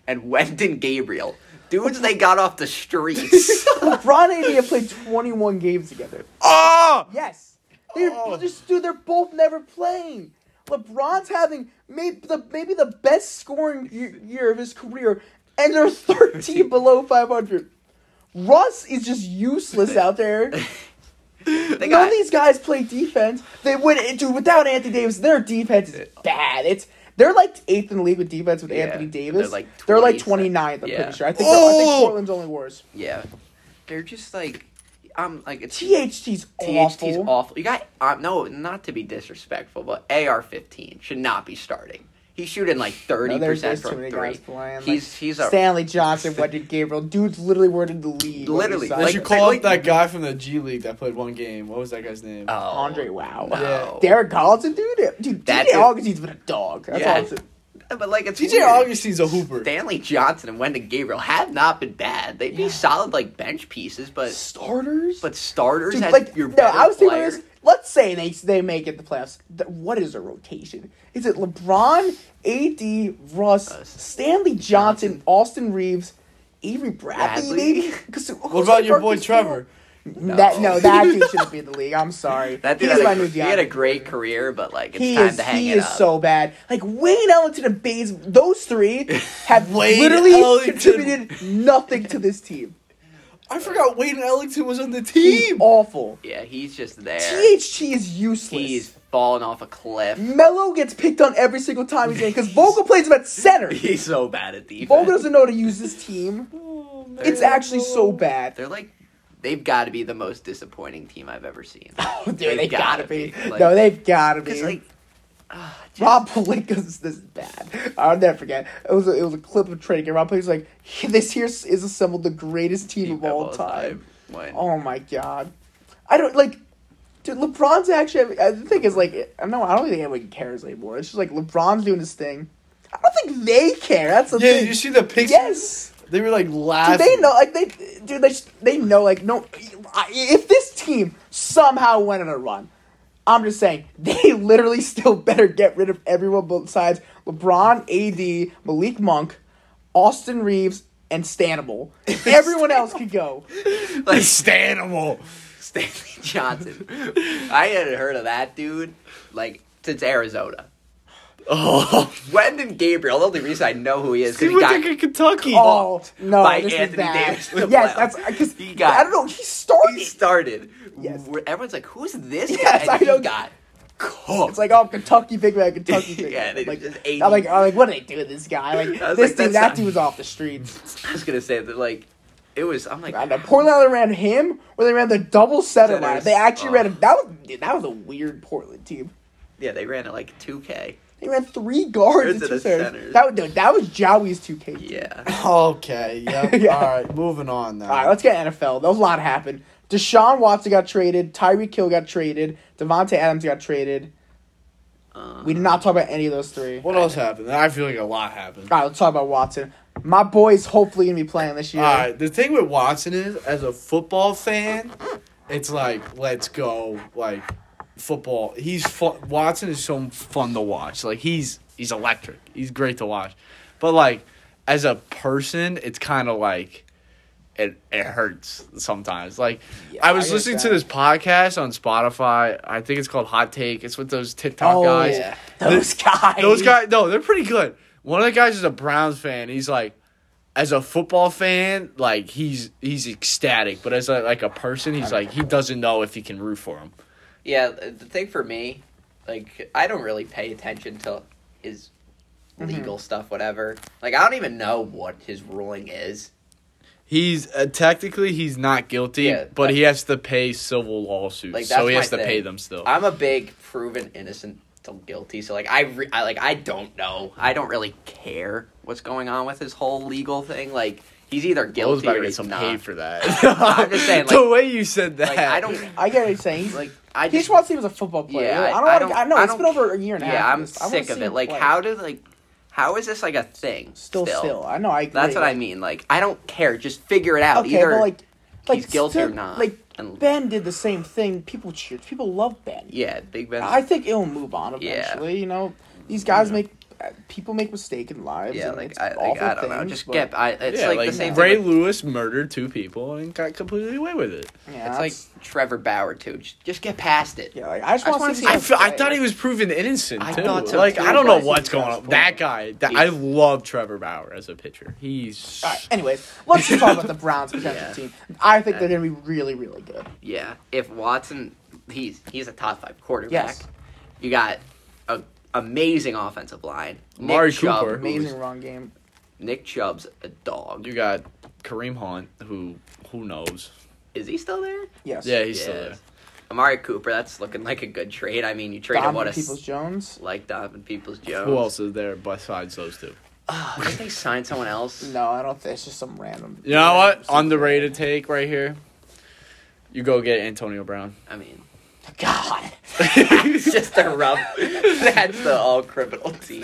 C: and Wenton Gabriel. Dudes they got off the streets.
A: LeBron and AD have played 21 games together. Ah!
B: Oh,
A: Yes. They're
D: Oh.
A: just dude. They're both never playing. LeBron's having maybe the maybe the best scoring y- year of his career, and they're 13 below 500. Russ is just useless out there.
C: they
A: None
C: got
A: of these guys play defense. They would dude without Anthony Davis, their defense is bad. It's they're like eighth in the league with defense with
C: Yeah,
A: Anthony
C: and
A: Davis. They're
C: they're
A: like,
C: like
A: 29th, I'm
C: Yeah.
A: pretty sure. I think, they're- I think
D: Oh!
A: Portland's only worse.
C: yeah. They're just like I'm like it's
A: THT's awful.
C: THT's awful. You got uh, no, not to be disrespectful, but AR15 should not be starting. He's shooting like thirty
A: No, there's-
C: percent
A: there's too
C: from
A: many
C: three.
A: guys playing, like,
C: He's he's a
A: Stanley Johnson, Wendy Gabriel. Dudes literally were in the league. when we
C: Literally,
A: signed
D: They
C: Like-
D: should
A: him.
D: call
C: like-
D: up that guy from the G League that played one game. What was that guy's name?
C: oh,
A: Andre Wow.
C: no.
A: Derek Collins, dude. Dude,
C: That
A: DJ
C: dude-
A: Augustine's been a dog. That's
C: Yeah.
A: all I'm saying.
C: But like it's
D: DJ
C: weird.
D: Augustine's a hooper.
C: Stanley Johnson and Wendon Gabriel have not been bad. They'd be solid like bench pieces, but
A: Starters?
C: but starters
A: Dude,
C: as
A: like,
C: your
A: no,
C: better
A: I was thinking
C: player.
A: this. Let's say they they make it the playoffs. Th- what is their rotation? Is it LeBron, AD, Russ,
C: Us.
A: Stanley Johnson, Austin Reeves, Avery Bradley,
C: Bradley?
A: maybe? 'Cause who's
D: What about
A: the
D: your boy
A: Berkeley
D: Trevor?
A: Steel? That no, that dude shouldn't be in the league. I'm sorry.
C: That dude
A: He's
C: had
A: my
C: a,
A: new
C: he had a
A: DeAndre
C: great
A: Jordan.
C: career, but like it's
A: He
C: time
A: is
C: to hang
A: he
C: it
A: is
C: up.
A: so bad. Like Wayne Ellington and Bays, those three have
D: Wayne
A: literally
D: Ellington.
A: contributed nothing to this team.
D: I forgot Wayne Ellington was on the
A: He's
D: team.
A: awful.
C: yeah, he's just there.
A: THT is useless.
C: He's falling off a cliff.
A: Melo gets picked on every single time he's in because Vogel plays him at center.
C: He's so bad at defense.
A: Vogel doesn't know how to use this team. It's actually so bad.
C: Oh, They're like, they've got to be the most disappointing team I've ever seen.
A: Dude,
C: They've
A: they gotta,
C: gotta
A: be.
C: be, like-
A: no, they've gotta be.
C: Because like, ah, just-
A: Rob Palinka's this is bad. I'll never forget. It was a, it was a clip of training. And Rob Palinka's like, "This here is assembled the greatest team, of all time.
C: When-
A: Oh my god, I don't like. Dude, LeBron's actually. I think is like. I know. I don't think anyone cares anymore. It's just like LeBron's doing his thing. I don't think they care. That's the
D: yeah,
A: thing.
D: you see the pictures?
A: yes.
D: They were like
A: Dude,
D: laughing.
A: they know, like they, dude, they, sh- they know, like no. I- If this team somehow went on a run, I'm just saying they literally still better get rid of everyone besides LeBron, AD, Malik Monk, Austin Reeves, and Stanable. Everyone else could go.
C: like
B: Stanimal.
C: Stanley Johnson, I hadn't heard of that dude like since Arizona.
B: Oh,
C: Wendon Gabriel, the only reason I know who he is, 'cause
B: he
C: he
B: went
C: got
B: to Kentucky.
A: Oh no,
C: by
A: this
C: Anthony
A: is bad.
C: Davis in the
A: Yes,
C: playoffs.
A: that's because
C: He got-
A: I don't know. He started.
C: he started.
A: Yes.
C: Where Everyone's like, "Who's this guy?"
A: Yes,
C: And
A: I
C: he
A: don't-
C: got
A: It's like oh Kentucky big man, Kentucky big
C: Yeah,
A: man.
C: they
A: like,
C: just ate
A: I'm like
C: him.
A: I'm like what did they do to this guy? Like
C: I was
A: this
C: like,
A: dude,
C: that's
A: that
C: not-
A: dude was off the streets.
C: I was gonna say that like it was. I'm like,
A: I know. Portland either ran him or they ran the double setter line. They actually
C: Oh.
A: ran him. That was dude, that was a weird Portland team.
C: yeah, they ran it like 2K.
A: They ran three guards and
C: Into
A: two
C: the
A: centers.
C: centers.
A: That was no, that was Jowie's two K.
C: Yeah,
D: Okay, yep.
A: Yeah.
D: All right, moving on now.
A: All right, let's get NFL. There was a lot happened. Deshaun Watson got traded. Tyreek Hill got traded. Devontae Adams got traded.
C: um,
A: We did not talk about any of those three.
B: Uh-huh.
A: All
D: What else happened? I feel like a lot happened.
A: right, let's talk about Watson. My boy's hopefully gonna be playing this year.
D: All right, the thing with Watson is, as a football fan, it's like, let's go, like, football. He's fu- Watson is so fun to watch. Like, he's he's electric. He's great to watch.
B: But like, as a person, it's kind of like it it hurts sometimes. Like, I was
A: I
B: listening to
A: understand.
B: this podcast on Spotify. I think it's called Hot Take. It's with those TikTok
A: Oh,
B: guys.
A: yeah. Those guys.
B: Those guys, no, they're pretty good. One of the guys is a Browns fan. He's like, as a football fan, like he's he's ecstatic, but as a, like a person, he's like he doesn't know if he can root for him.
C: yeah. The thing for me, like, I don't really pay attention to his
A: Mm-hmm.
C: legal stuff, whatever. Like, I don't even know what his ruling is.
B: He's uh, technically he's not guilty,
C: Yeah,
B: but
C: that-
B: he has to pay civil lawsuits,
C: Like,
B: so
C: that's
B: he has to
C: my
B: pay
C: thing.
B: them still.
C: I'm a big proven innocent till guilty, so like I, re- I like I don't know. I don't really care what's going on with his whole legal thing. Like, he's either
B: Will's
C: guilty
B: about to
C: or
B: get
C: he's
B: some
C: not.
B: pay for that.
C: I'm just saying,
B: the
C: like-
B: way you said that,
C: like, I don't
A: I get what you're saying. He's
C: like. I
A: He
C: just
A: just wants to see him as a football player.
C: Yeah, I-
A: I, don't
C: I
A: want
C: don't-
A: to. I know
C: I
A: it's
C: don't-
A: been over a year and a half.
C: Yeah, I'm
A: I wanna
C: sick
A: see
C: of
A: him
C: it. Like,
A: play.
C: how did like, how is this like a thing?
A: Still, still, I know. I agree.
C: That's what I mean. Like, I don't care. Just figure it out.
A: Okay,
C: Either
A: but like, like
C: he's guilty
A: still-
C: or not.
A: Like
C: And-
A: Ben did the same thing. People cheered. People love Ben.
C: yeah, Big Ben.
A: I think it'll move on
C: Yeah.
A: eventually. You know, these guys make uh, people make mistakes in lives.
C: yeah,
A: and
C: like
A: it's
C: I, like,
A: awful
C: I don't know.
A: things,
C: Just
A: but-
C: get. I, it's
B: yeah,
C: like,
B: like,
C: the same
B: Ray
C: thing. with-
B: Lewis murdered two people and got completely away with it.
A: Yeah,
C: it's
A: that's-
C: like Trevor Bauer too. Just, just get past it.
A: yeah, like I just
C: I just
A: want
C: wanna
A: to see.
C: see
A: him
B: I, fe- I
A: play.
B: thought he was proven innocent
C: I
B: too.
C: thought so,
B: like
C: too,
B: I don't
C: but
B: know
C: I
B: what's
C: think
B: going
C: that's
B: on.
C: cool.
B: That guy. That, I
C: He's-
B: love Trevor Bauer as a pitcher. He's
A: All right, anyways, let's just talk about the Browns' potential
C: Yeah.
A: team. I think they're going to be really, really good.
C: Yeah. If Watson, he's he's a top five quarterback.
A: Yes.
C: You got a amazing offensive line. Nick
B: Amari
C: Chubb-
B: Cooper.
A: Amazing run game.
C: Nick Chubb's a dog.
B: you got Kareem Hunt who who knows.
C: Is he still there?
A: Yes.
B: Yeah, he's still
C: Yes.
B: there.
C: Amari Cooper. That's looking like a good trade. I mean, you traded what
A: Donovan
C: a s-
A: Peoples Jones.
C: like Donovan Peoples Jones.
B: Who else is there besides those two?
C: Uh, did they sign someone else?
A: No, I don't think it's just some random.
B: You know what? Underrated take right here. You go get Antonio Brown.
C: I mean,
A: God,
C: It's just a rough. That's the all criminal team.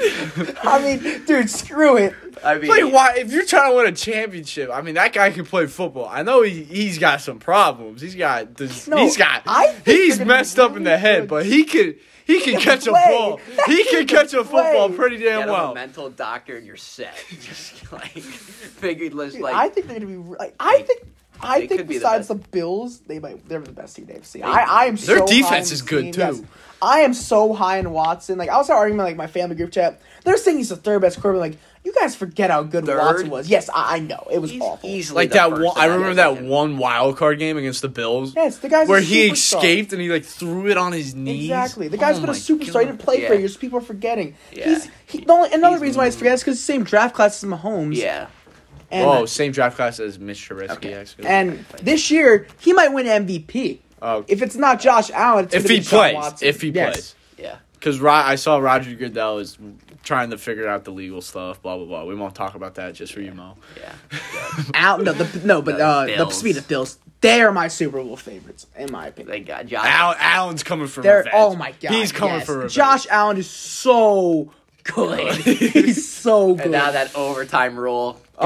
A: I mean, dude, screw it.
C: I mean,
B: Like, why? If you're trying to win a championship, I mean, that guy can play football. I know he he's got some problems. He's got this,
A: No,
B: he's got
A: I think
B: he's
A: they're gonna be
B: messed up in the
A: really
B: head,
A: good.
B: but he can he can catch a
A: play.
B: ball. He can catch a football
A: play.
B: pretty
C: get
B: damn
C: him a
B: well.
C: mental doctor and you're set. Just like figureless,
A: Dude,
C: like
A: I think they're gonna be. re- Like, I think. I
C: They
A: think
C: could be the
A: besides the,
C: best.
A: Bills, they might they're the best team in the AFC. I, I am
B: Their
A: so high
B: defense
A: on
B: is
A: this
B: good,
A: team,
B: too.
A: yes. I am so high in Watson. Like I was arguing with, like my family group chat. They're saying he's the third best quarterback. Like you guys forget how good
C: Third?
A: Watson was. Yes, I, I know it was
C: he's
A: awful.
C: easily
B: Like
C: the
B: that
C: first
B: one,
C: and
B: I
C: then
B: remember
C: the
B: that
C: second.
B: one wild card game against the Bills
A: Yes, the guy's a
B: where he
A: superstar.
B: escaped and he like threw it on his knees.
A: Exactly, the guy's
B: Oh
A: been a
B: my
A: superstar. He
B: God.
A: didn't play for
C: Yeah.
A: years. People are forgetting.
C: Yeah.
A: He's he, the only, another
C: He's-
A: reason why he's forgetting is because the same draft class as Mahomes.
C: Yeah,
A: and,
B: Whoa, same draft class as Mitch Trubisky.
C: Okay.
B: actually.
A: and this year he might win MVP.
B: Oh,
A: If it's not Josh Allen, it's
B: if
A: gonna
B: he
A: be Sean
B: plays,
A: Watson.
B: if he
A: Yes.
B: plays.
C: yeah.
B: Because Ro- I saw Roger Goodell is trying to figure out the legal stuff, blah, blah, blah. We won't talk about that just for you, Mo.
C: Yeah.
A: out. No, the, no, but
C: The
A: uh, the
C: Bills.
A: speed of Bills. They are my Super Bowl favorites, in my opinion.
C: Thank God, Josh.
B: Al- Allen's coming for
A: They're
B: revenge.
A: oh my god,
B: He's coming
A: yes.
B: for revenge.
A: Josh Allen is so good. He's so good.
C: And now that overtime rule.
A: oh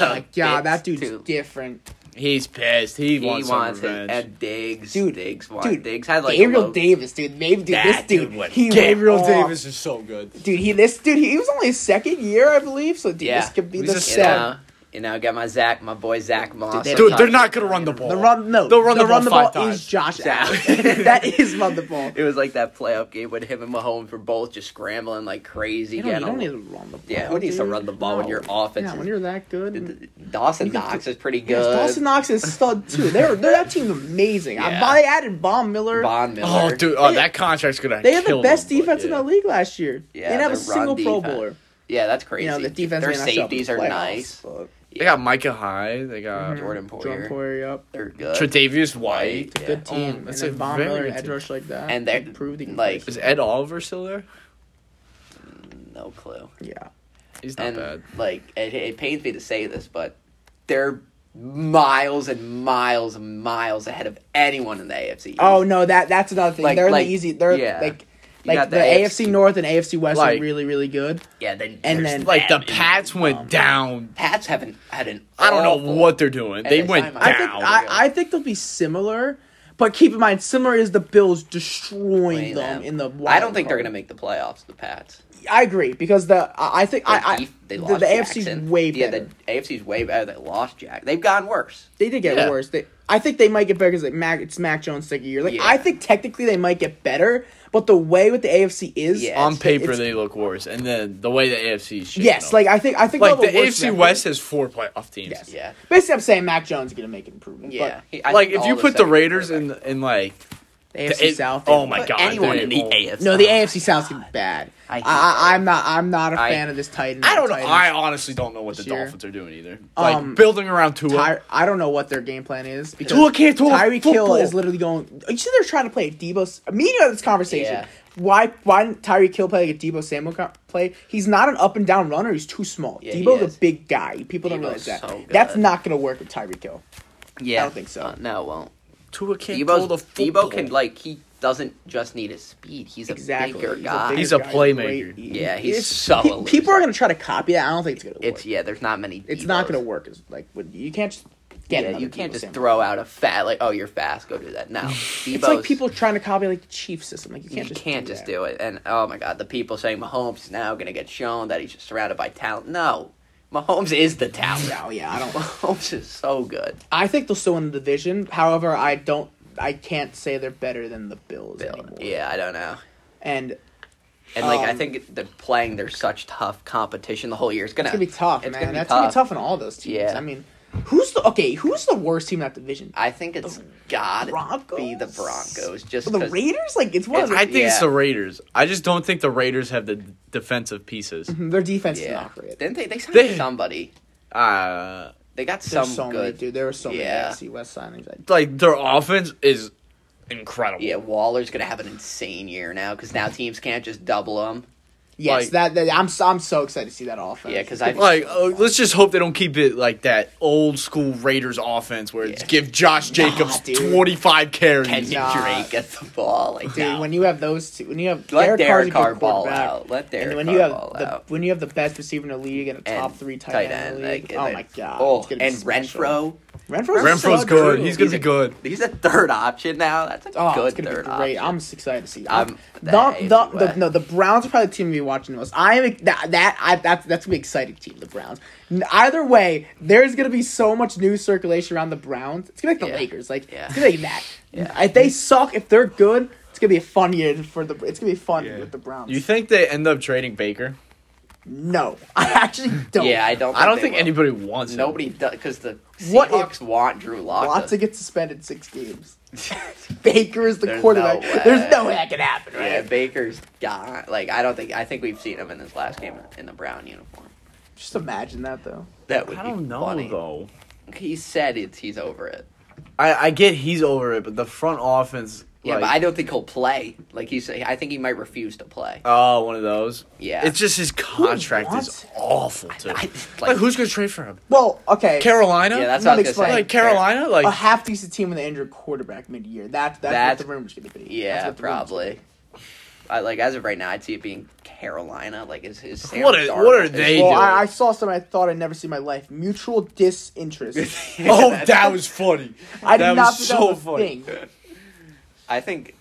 B: Oh,
A: my god, that dude's
C: too.
A: different.
B: He's pissed. He,
C: He
B: wants,
C: wants,
B: some
C: it.
B: revenge.
C: And Diggs,
A: Dude,
C: Diggs, wants,
A: dude,
C: Diggs had like a
A: Gabriel
C: low-
A: Davis, dude, maybe dude, this
B: That
A: dude,
B: dude went-
A: he
D: Gabriel
C: Oh.
A: went off.
D: Davis is so good.
A: dude, he this dude, he, was only his second year, I believe. So dude,
C: Yeah.
A: this could be
B: He's
A: the
B: a
C: You
A: set.
C: know, you know, I got my Zach, my boy Zach Moss.
A: Dude,
B: Dude, they're not going to run the ball.
A: The run, no,
B: They'll run the, ball, five times.
A: is Josh
C: Yeah.
A: Allen. that is run the ball.
C: It was like that playoff game when him and Mahomes were both just scrambling like crazy.
A: You don't, you
C: getting
A: don't
C: on-
A: need to run the ball.
C: Yeah, who needs to
A: dude?
C: run the ball when
A: No.
C: your offense
A: Yeah,
C: is-
A: when you're that good.
C: Dawson
A: You can
C: Knox
A: put-
C: is pretty good.
A: Yes, Dawson Knox is stud too. They're, they're that team's amazing.
C: Yeah.
A: I, they added Von Miller.
C: Von Miller.
B: Oh, dude. Oh,
A: They-
B: that contract's going to
A: they had the best
B: them, but
A: defense in
B: yeah.
A: the league last year. they
C: Yeah,
A: didn't have a
C: their run
A: single Pro
C: defense.
A: Bowler.
C: Yeah, that's crazy.
A: You know the defense.
C: Their
A: may not show up in
C: safeties
A: the
C: are
A: playoffs,
C: nice. Uh,
A: but-
B: They got Micah High. They got
A: Mhm.
C: Jordan Poyer.
A: Jordan Poyer, yep.
C: They're good.
B: Tre'Davious White.
A: It's a
C: Yeah.
A: good team.
B: Oh,
A: Um, and
B: that's
A: then
B: a
A: Von
B: very
A: Miller,
B: good
A: edge
B: team.
A: rush like that.
C: And they're-
A: proved he can
C: like-
A: play.
B: Is Ed Oliver still there?
C: No clue.
A: yeah.
B: He's not
C: and
B: bad.
C: like it, it pains me to say this, but they're miles and miles and miles ahead of anyone in the AFC. East.
A: Oh no, that that's another thing.
C: Like-
A: they're in
C: like-
A: the easy. They're
C: yeah.
A: like.
C: You
A: Like
C: got
A: the,
C: the
A: AFC North and AFC West
B: Like-
A: are really, really good.
C: yeah, then
A: and
C: there's
A: then-
B: Like, the
C: them.
B: Pats went down.
C: Pats haven't had an.
B: I don't know
C: awful-
B: what they're doing. They
C: they
B: went
C: signed
B: down.
C: Micah
A: I think
C: Down.
A: I, I think they'll be similar, but keep in mind, similar is the Bills destroying
C: Playing
A: them
C: them.
A: in the.
C: um, I
A: wild
C: don't think they're
A: card.
C: gonna make the playoffs. The Pats.
A: I agree because the I, I think
C: Their
A: I, I
C: def- they
A: the,
C: lost
A: the AFC's
C: Jackson.
A: way
C: Yeah,
A: better.
C: the AFC's way better. They lost Jack. They've gotten worse.
A: they did get
B: Yeah.
A: worse. They, I think they might get better because like Mac, it's Mac Jones' second year. Like
C: Yeah.
A: I think technically they might get better, but the way with the AFC is
C: Yeah,
B: on
C: it's-
B: paper
A: it's-
B: they look worse, and then the way the AFC is shaped
A: yes,
B: up.
A: like I think I think
B: like the
A: they'll have a worse
B: AFC
A: record.
B: West has four playoff teams.
A: Yes.
C: Yeah,
A: Basically, I'm saying Mac Jones is gonna make an improvement.
C: yeah.
A: Yeah,
C: He- I
B: like
C: think
B: if
C: all
B: you
C: of a
B: put the
C: sudden-
B: Raiders in in like
A: but AFC
B: it-
A: South.
B: oh
A: they-
B: my
C: Put
B: God,
C: anyone
B: they-
C: in the
B: oh.
C: AFC.
A: No, the AFC South's gonna be bad.
C: I
A: I,
C: hate
A: I, I'm not. I'm not a
C: I-
A: fan of this Titan.
B: I don't know.
A: Titans.
B: I honestly don't know what the
A: This year.
B: Dolphins are doing either.
A: Um,
B: like building around Tua.
A: Ty- I don't know what their game plan is because
B: Tua can't throw a
A: Tyreek Hill
B: football.
A: is literally going. You see, they're trying to play a Debo. S- Me and you had this conversation.
C: Yeah.
A: Why? Why didn't Tyreek Hill play like a Debo Samuel co- play? He's not an up and down runner. He's too small.
C: Yeah, he
A: Debo's
C: is.
A: a big guy. People don't realize
C: Debo's
A: that.
C: so good.
A: That's not going to work with Tyreek Hill.
C: Yeah,
A: I don't think so.
C: Uh, no, it won't.
B: Tua can't
C: Debo,
B: throw the football.
C: Debo can like he doesn't just need his speed. He's a
A: Exactly.
C: bigger
A: He's a
C: guy.
A: bigger
B: He's a
A: guy.
B: playmaker.
A: Great.
C: yeah, he's
A: It's-
C: so.
A: pe-
C: elusive.
A: people are going to try to copy that. I don't think it's going to work.
C: It's yeah. There's not many.
A: It's not
C: Debos.
A: going to work. It's like when- you can't just get
C: Yeah,
A: another
C: you can't
A: Debo
C: just
A: Samuel.
C: throw out a fat like oh you're fast go do that. No,
A: It's like people trying to copy like the Chiefs system. Like you
C: You
A: can't
C: can't
A: just
C: just,
A: do
C: do,
A: that.
C: it. And oh my god, the people saying Mahomes is now gonna get shown that he's just surrounded by talent. No, Mahomes is the talent.
A: No, yeah, I don't.
C: Mahomes is so good.
A: I think they'll still win the division. However, I don't. I can't say they're better than the Bills
C: Bill.
A: anymore.
C: Yeah, I don't know.
A: and
C: And like I
A: Um,
C: think they're playing their such tough competition the whole year. It's gonna,
A: it's gonna be tough,
C: It's
A: man.
C: gonna be
A: That's
C: tough.
A: gonna be tough on all those teams.
C: Yeah.
A: I mean, who's the okay? Who's the worst team in that division?
C: I think it's gotta be the
A: Broncos?
C: Broncos. Just
A: the
C: 'cause-
A: Raiders? Like it's one of
B: I
A: the,
B: think it's
C: Yeah.
B: the Raiders. I just don't think the Raiders have the defensive pieces.
A: their defense is
C: Yeah,
A: not great.
C: didn't they? They signed
B: They-
C: somebody.
B: Uh,
C: They got
A: There's
C: some
A: so many,
C: good.
A: dude. There were so
C: Yeah.
A: many AFC West signings. I-
B: like their offense is incredible.
C: Yeah, Waller's gonna have an insane year now because now teams can't just double him.
A: Yes,
B: Like-
A: that, that I'm so- I'm so excited to see that offense.
C: Yeah, because I
B: Like, uh, let's just hope they don't keep it like that old school Raiders offense where it's
C: Yeah.
B: give Josh Jacobs
A: dude.
B: 25 carries.
C: Kenyon
A: Nah.
C: Drake get the ball. Like,
A: Dude,
C: no.
A: when you have those two, when you have
C: let
A: Derek,
C: Derek
A: Carr's a
C: Carr
A: good
C: ball
A: quarterback,
C: out. Let
A: and
C: Derek
A: when
C: Carr
A: you have
C: ball
A: the,
C: out.
A: when you have the best receiver in the league and a top
C: And
A: three tight,
C: tight
A: end, in the
C: end,
A: league,
C: like,
A: oh
C: like-
A: my god,
C: Oh,
A: it's gonna be
C: and
A: special.
C: Renfro.
A: Renfro's,
B: Renfro's
A: so
B: good.
A: good.
B: He's going
C: He's
B: to
C: a-
B: be good.
C: He's a third option now. That's a
A: Oh,
C: good
A: it's gonna
C: third
A: be great. I'm
C: option.
A: s- excited to see.
C: I'm-
A: I'm the,
C: that
A: the, the,
C: AFC
A: no the Browns are probably the team to be watching the most. I am that that I that's that's gonna be an exciting team. The Browns. N- Either way, there's gonna be so much news circulation around the Browns. It's gonna be like the
C: Yeah.
A: Lakers. Like
C: Yeah.
A: it's gonna be like that.
C: Yeah.
A: If they suck, if they're good, it's gonna be a fun year for the. It's gonna be fun
B: Yeah.
A: with the Browns.
B: You think they end up trading Baker?
A: no, I actually don't.
C: Yeah, I don't. Think
B: I don't
C: they
B: think
C: will.
B: anybody wants him.
C: Nobody does because the
A: What
C: Seahawks want Drew Lock.
A: Lots to get suspended six games. Baker is the quarterback.
C: no way.
A: There's no way that can happen, right?
C: yeah, Baker's gone. Like I don't think I think we've seen him in this last game in the brown uniform.
A: Just imagine that though.
C: That would
B: I
C: be
B: don't know,
C: funny.
B: though.
C: He said it's he's over it.
B: I, I get he's over it, but the front offense.
C: Yeah,
B: like,
C: but I don't think he'll play. Like he's I think he might refuse to play.
B: Oh, one of those.
C: Yeah.
B: It's just his contract
A: wants
B: is awful too.
C: I-
B: like,
C: like-
B: who's gonna trade for him?
A: Well, okay.
B: Carolina?
C: yeah, that's
A: not
C: what I was gonna
A: explained.
C: say.
B: like Carolina? Like
A: a half decent team with an injured quarterback mid year. That, that's
C: That's-
A: what the rumor's gonna be. That's
C: Yeah,
A: what the rumor's gonna
C: probably. I, like as of right now, I'd see it being Carolina. Like is is Sam
B: What are- what are
C: Darnold-
B: they
A: be.
B: They
A: Well,
B: do
A: I,
B: it.
A: I saw something I thought I'd never see in my life. Mutual disinterest.
B: oh, that was funny.
A: I did
B: That
A: not
B: was
A: think
B: so
A: that was a
B: funny.
A: thing.
C: I think.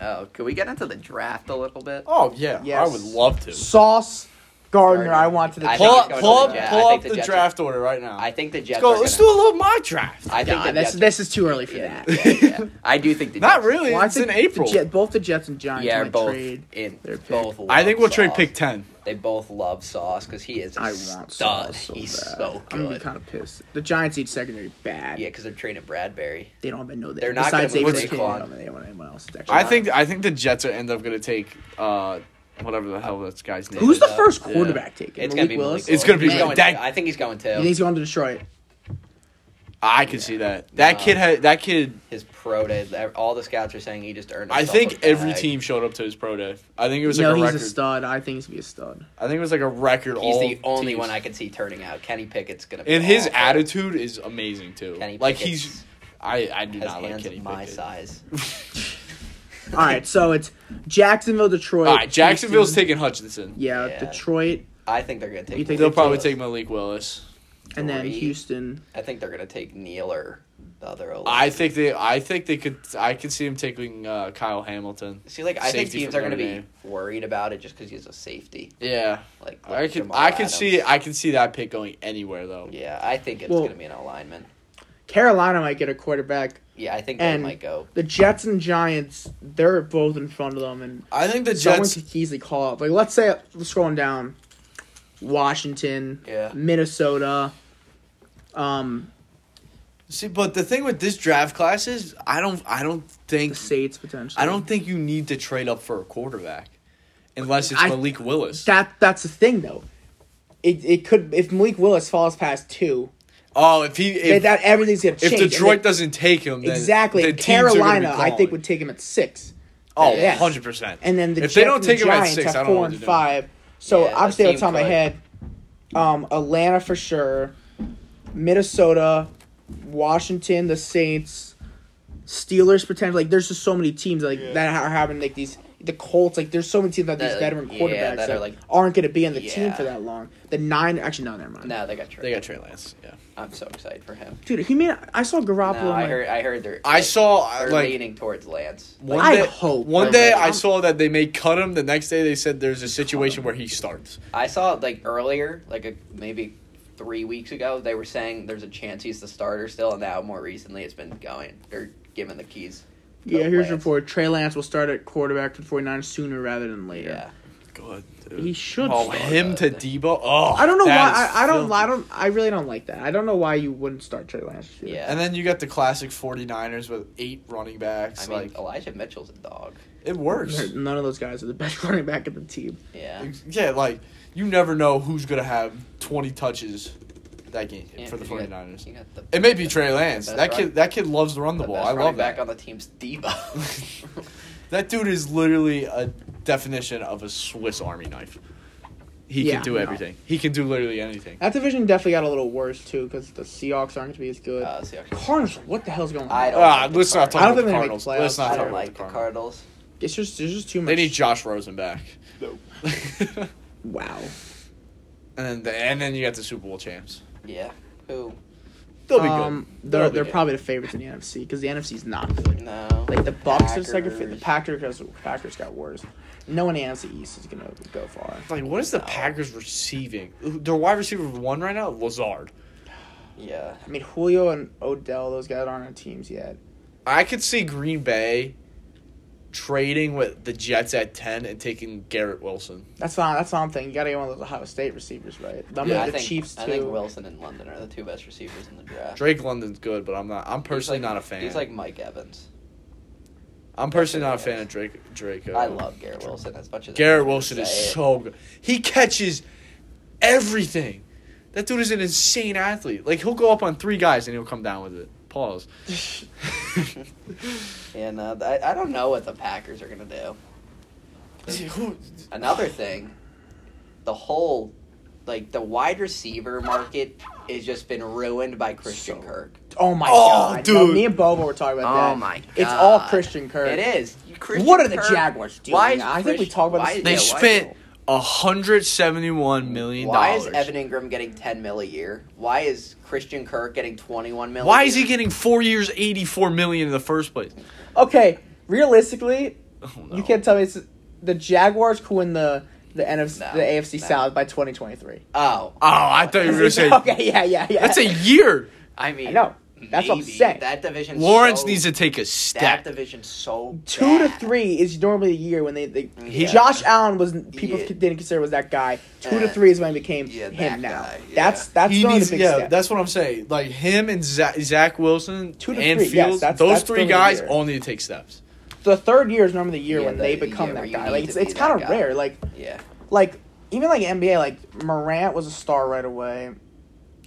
C: Oh, could we get into the draft a little bit?
D: Oh yeah,
A: Yes.
D: I would love to.
A: Sauce Gardner,
C: Gardner.
A: I want to the
C: I
D: Pull
C: think
D: up,
C: it's going
D: pull
C: to
D: up,
C: the Jets.
D: pull
C: I
D: up
C: think the
D: the
C: Jets
D: draft order right now.
C: I think the
B: Let's
C: Jets.
B: go.
C: are
B: Let's do
C: gonna,
B: a little mock draft.
C: I think
A: Nah,
C: the
A: this,
C: Jets.
A: this is too early for
C: yeah,
A: that.
C: yeah, yeah. I do think the
D: Not
C: Jets-
D: really.
A: Well, I
D: it's in
A: think the
D: April.
A: Jet- both the Jets and Giants
C: Yeah,
A: might
C: both
A: trade.
C: in
A: their pick.
C: both.
D: I think
C: love
D: we'll trade
C: Sauce.
D: pick ten.
C: They both love Sauce because he is a
A: I want
C: stud.
A: Sauce so
C: He's
A: bad.
C: so
A: I'm gonna be
C: good.
A: kind of pissed. The Giants need secondary bad.
C: Yeah, because they're trading Bradbury.
A: They don't even know that.
C: They're not
A: Besides
C: gonna move
A: Davis Kitty,
C: Saquon.
A: they don't they don't want anyone else. It's actually-
D: I think I think the Jets are end up gonna take uh whatever the hell that guy's name.
A: Who's
D: is.
A: the
C: Yeah.
A: first quarterback taken?
C: It's gonna
A: Malik
C: be
A: Willis.
C: Malik
D: It's gonna be
C: Willis. He's going
D: Dak-
C: to- I think he's going
A: You think
C: to
A: he's going to Detroit?
D: I could see that. That kid had that kid.
C: his pro day. th- All the scouts are saying he just earned.
D: I
C: himself a
D: think every
C: bag.
D: team showed up to his pro day. I think it was like
A: no,
D: a
A: he's
D: record.
A: a stud. I think he's gonna be a stud.
D: I think it was like a record.
C: He's
D: all
C: the only
D: teams.
C: one I could see turning out. Kenny Pickett's gonna. be
D: And his
C: awful.
D: attitude is amazing too.
C: Kenny
D: like
C: Pickett's
D: he's, I I do
C: has
D: not like
C: hands
D: Kenny
C: of my
D: Pickett.
C: size.
A: All right, so it's Jacksonville, Detroit.
D: All right, Jacksonville's
A: Houston.
D: taking Hutchinson.
A: Yeah,
C: Yeah.
A: Detroit,
C: I think they're gonna take.
A: You think
D: They'll
A: They'll
D: probably
A: take-
D: take Malik Willis.
A: and then
C: Detroit.
A: Houston.
C: I think they're gonna take Neal or the other. 11.
D: I think they. I think they could. I could see him taking uh, Kyle Hamilton.
C: See, like I think
D: Safety
C: teams
D: from
C: are gonna
D: Notre
C: be worried about it just because he's a safety.
D: Yeah,
C: Like
D: I
C: look,
D: could.
C: Jamal
D: I could
C: Adams.
D: see. I could see that pick going anywhere though.
C: Yeah, I think it's
A: Well-
C: gonna be an alignment.
A: Carolina might get a quarterback.
C: Yeah, I think
A: And-
C: they might go.
A: The Jets and Giants, they're both in front of them, and
D: I think the
A: someone
D: Jets.
A: could easily call up. Like, let's say scrolling down, Washington,
C: Yeah.
A: Minnesota. Um,
D: See, but the thing with this draft class is, I don't. I don't
A: the
D: think.
A: Saints potentially.
D: I don't think you need to trade up for a quarterback, unless it's
A: I-
D: Malik Willis.
A: That that's the thing though. It it could if Malik Willis falls past two,
D: Oh, if he. If,
A: that, that everything's gonna
D: if
A: change. And
D: Detroit
A: they-
D: doesn't take him, then
A: Exactly.
D: the
A: And
D: teams are gonna be
A: Carolina, I
D: calling.
A: think, would take him at six.
D: Oh,
A: Yes.
D: 100 percent.
A: And then the
D: If
A: Jets
D: they don't
A: and
D: take
A: the
D: him at
A: Giants
D: six,
A: have
D: I don't know
A: four
D: what
A: and
D: to do.
A: five. So
C: Yeah,
A: I'm
C: that
A: staying on
C: team
A: top of my
C: could.
A: head. Um, Atlanta for sure. Minnesota, Washington, the Saints, Steelers potentially. Like there's just so many teams like that are having like these the Colts, like there's so many teams that have these
C: That,
A: veteran
C: yeah,
A: quarterbacks
C: that
A: that,
C: are, like-
A: aren't gonna be on the team
C: Yeah.
A: for that long. The nine actually no, never mind.
C: No, they got traded.
D: They got Trey Lance. Yeah.
C: I'm so excited for him.
A: Dude, he made. I saw
C: No,
A: Garoppolo.
C: I
A: like-
C: heard. I heard they're.
D: I
C: like,
D: saw uh,
C: They're
D: like
C: leaning towards Lance.
D: one
A: I
D: day.
A: hope
D: one
A: they're
D: day
A: ready.
D: I saw that they may cut him. The next day they said there's a situation where he starts.
C: I saw like earlier, like a, maybe three weeks ago, they were saying there's a chance he's the starter still, and now more recently it's been going. They're giving the keys. to
A: yeah, here's
C: Lance.
A: your report. Trey Lance will start at quarterback for 49 sooner rather than later.
C: Yeah,
D: Good.
A: He should.
D: Oh,
A: start.
D: him to Debo. Oh,
A: I don't know
D: that
A: why.
D: is
A: I, I don't.
D: filthy.
A: I don't. I really don't like that. I don't know why you wouldn't start Trey Lance. this year.
C: yeah.
D: And then you got the classic 49ers with eight running
C: I
D: backs.
C: mean,
D: like
C: Elijah Mitchell's a dog.
D: it works.
A: None of those guys are the best running back in the team.
C: Yeah,
D: Yeah, like you never know who's gonna have 20 touches that game
C: Yeah,
D: for the
C: 'cause you got-
D: 49ers.
C: you got the-
D: It may be Trey Lance.
C: Best
D: That
C: run-
D: kid. That kid loves to run the,
C: the
D: ball.
C: best
D: I
C: running
D: love
C: back
D: that.
C: on the team's Debo.
B: That dude is literally a definition of a Swiss Army knife. He
A: Yeah,
B: can do
A: no.
B: everything. He can do literally anything.
A: That division definitely got a little worse too because the Seahawks aren't going to be as good.
C: Uh, see, actually,
A: Cardinals, what the hell's going on?
C: I don't-
B: Ah,
C: like the
B: let's not
C: Cardinals.
B: talk
A: I don't
B: about
A: think
B: the
A: they make
B: Cardinals.
A: playoffs.
B: Let's not
C: I
B: talk
C: don't
B: about
C: like the Cardinals.
A: It's just there's just too much.
B: They need Josh Rosen back. and
A: wow.
B: then the, and then you got the Super Bowl champs.
C: Yeah. Who?
B: They'll be
A: um,
B: good.
A: They're
B: They'll be
A: they're
B: good.
A: probably the favorites in the NFC because the NFC's not good.
C: No.
A: Like the Bucks are second. fa- The
C: Packers.
A: Packers because Packers got worse. No one in the NFC East is gonna go far.
B: Like, what is the Packers receiving? Their wide receiver one right now, Lazard.
C: Yeah.
A: I mean Julio and Odell, those guys aren't on teams yet.
B: I could see Green Bay trading with the Jets at ten and taking Garrett Wilson.
A: That's not that's not I'm thinking. You gotta get one of those Ohio State receivers, right? I'm
C: Yeah,
A: yeah,
C: I
A: the
C: think,
A: Chiefs too.
C: I think Wilson and London are the two best receivers in the draft.
B: Drake London's good, but I'm not. I'm
C: He's
B: personally
C: like-
B: not a fan.
C: He's like Mike Evans.
B: I'm personally not a fan of Drake. Drake. uh,
C: I love Garrett Wilson as much as
B: Garrett
C: I'm gonna
B: Wilson is
C: say it.
B: so good. He catches everything. That dude is an insane athlete. Like he'll go up on three guys and he'll come down with it. Pause.
C: And uh, I, I don't know what the Packers are gonna do.
B: Who-
C: Another thing, the whole, like the wide receiver market, has just been ruined by Christian
A: So-
C: Kirk.
A: Oh my
B: Oh,
A: god, dude!
B: dude.
A: me and Bobo were talking about
C: Oh
A: that.
C: my
A: It's all
C: God.
A: Christian Kirk.
C: It is. Christian
A: What are the
C: Kirk-
A: Jaguars doing?
C: Why is
A: I think we
C: Christian-
A: talked about this-
C: why is-
B: They
C: yeah, why-
B: spent a hundred seventy-one million
C: Why is
B: dollars.
C: Evan Ingram getting 10 mil a year? Why is Christian Kirk getting 21 mil? a
B: Why is he
C: year?
B: getting four years, eighty-four million in the first place?
A: Okay, realistically,
B: Oh,
A: you
B: no.
A: can't tell me it's the Jaguars could win the the NFC,
C: No,
A: the AFC
C: no.
A: South by 2023.
B: Oh,
C: Oh,
B: I thought you were gonna say
A: okay, yeah, yeah, yeah.
B: that's a year.
C: I mean,
A: I know. That's what I'm
C: maybe.
A: saying.
C: That division.
B: Lawrence
C: so,
B: needs to take a step.
C: That division so
A: Two to
C: bad.
A: three is normally the year when they, they
C: Yeah.
A: Josh Allen was people
C: Yeah.
A: didn't consider was that guy. Two to
C: Uh,
A: three is when it became
C: yeah, that
A: him now.
C: guy, yeah.
A: That's that's
B: He
A: one of
B: needs-
A: the big
B: yeah,
A: step.
B: that's what I'm saying. Like him and Zach, Zach Wilson
A: Two to
B: and
A: three, yes,
B: Fields,
A: that's-
B: those
A: that's
B: three
A: the
B: guys
A: year.
B: all need to take steps.
A: the third year is normally the year
C: Yeah,
A: when
C: the-
A: they become
C: yeah, where
A: that
C: you
A: guy.
C: need
A: Like
C: to
A: it's, it's
C: be that
A: kind of
C: guy.
A: rare. Like
C: Yeah.
A: like even like NBA, like Morant was a star right away.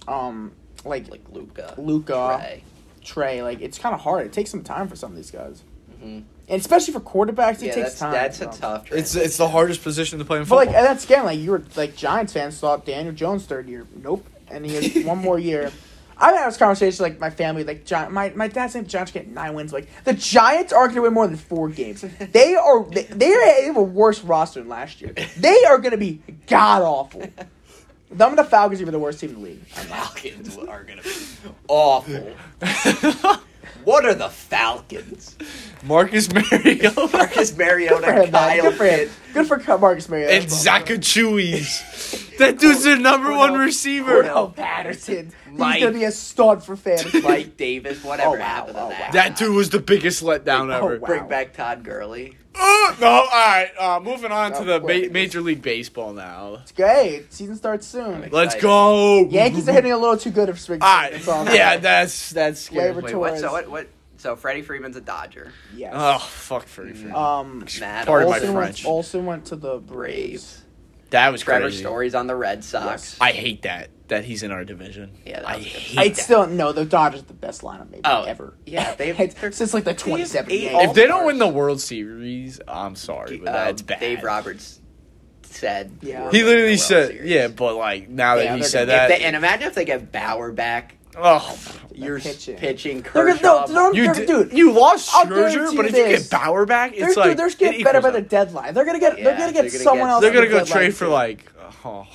A: Um, like
C: Like Luca.
A: Luka.
C: Trey.
A: Trey, like it's kind of hard. It takes some time for some of these guys,
C: Mhm.
A: and especially for quarterbacks, it
C: Yeah,
A: takes
C: that's,
A: time.
C: that's a
A: you know?
C: tough.
B: It's
C: transition.
B: it's the hardest position to play in
A: But
B: football.
A: like and that's again, like you were like Giants fans thought Daniel Jones third year. Nope, and he has one more year. I've had this conversation like my family, like Giant. My my dad's name Giants get nine wins. Like the Giants are going to win more than four games. They are they, they have a worse roster than last year. They are going to be god awful. Them and the Falcons are the worst team in the league.
C: The Falcons are gonna be awful. What are the Falcons?
B: Marcus Mariota
C: Marcus Mariota,
A: Good for him, man.
C: Kyle
A: Good for him.
C: Pitts.
A: Good for Marcus Mariota.
B: and Zachachuis. That dude's their number one
A: Cordell-
B: receiver.
A: Cordell Patterson.
C: Mike.
A: He's gonna be a stud for fantasy.
C: Mike Davis, whatever
A: Oh, wow,
C: happened to
A: oh,
C: that?
A: wow.
B: That dude was the biggest letdown
A: Oh,
B: ever.
A: wow.
C: Bring back Todd Gurley.
B: Oh, no, all right. Uh, moving on to
A: Of
B: the
A: course.
B: ba- Major League Baseball now.
A: Great. Season starts soon.
B: Let's go.
A: Yankees are hitting a little too good of spring.
B: All right.
A: That's all I'm
B: Ah, Yeah,
A: saying.
B: that's that's scary.
A: Labor
B: Wait,
A: tour-
B: what?
C: What? So what? What? So Freddie Freeman's a Dodger.
A: Yes.
B: Oh fuck, Freddie. Freeman.
A: um.
C: Matt
B: Pardon my
A: Olsen
B: French.
A: went, Olsen went to the Braves.
C: Braves.
A: Mm.
B: that was
C: Trevor
B: crazy.
C: Story's on the Red Sox.
B: I hate that that he's in our division.
C: Yeah, that
B: I
C: was good.
B: hate
A: I
B: that.
A: still no. The Dodgers are the best lineup maybe
C: Oh,
A: ever.
C: yeah, they've-
A: It's- since like the twenty
C: eight
A: seventeen.
B: if they don't win the World Series, I'm sorry, but
C: Um,
B: that's bad.
C: Dave Roberts said.
A: Yeah.
C: we're
B: He
C: winning the
B: literally
C: World
B: said,
C: Series.
B: "Yeah," but like
A: Yeah,
B: now that he
A: they're
B: Oh, said
C: If
B: that,
C: they, and imagine if they get Bauer back.
B: oh,
C: You're
A: pitching.
C: pitching, pitching
A: They're gonna-
C: Kershaw.
A: no, no,
B: you
A: They're-
B: did,
A: dude,
B: you lost
A: I'll
B: Scherzer,
A: guarantee
B: but
A: you
B: if you
A: this.
B: get Bauer back,
A: They're,
B: it's like
A: dude, they're
B: it
A: getting better by
B: equals
A: the
B: out.
A: deadline. They're gonna get.
C: Yeah,
A: they're gonna
C: they're
A: get
C: gonna
A: someone
C: get-
A: else.
B: They're
A: at
B: gonna
A: the
B: go
A: deadline,
B: trade for
A: too.
B: like, oh,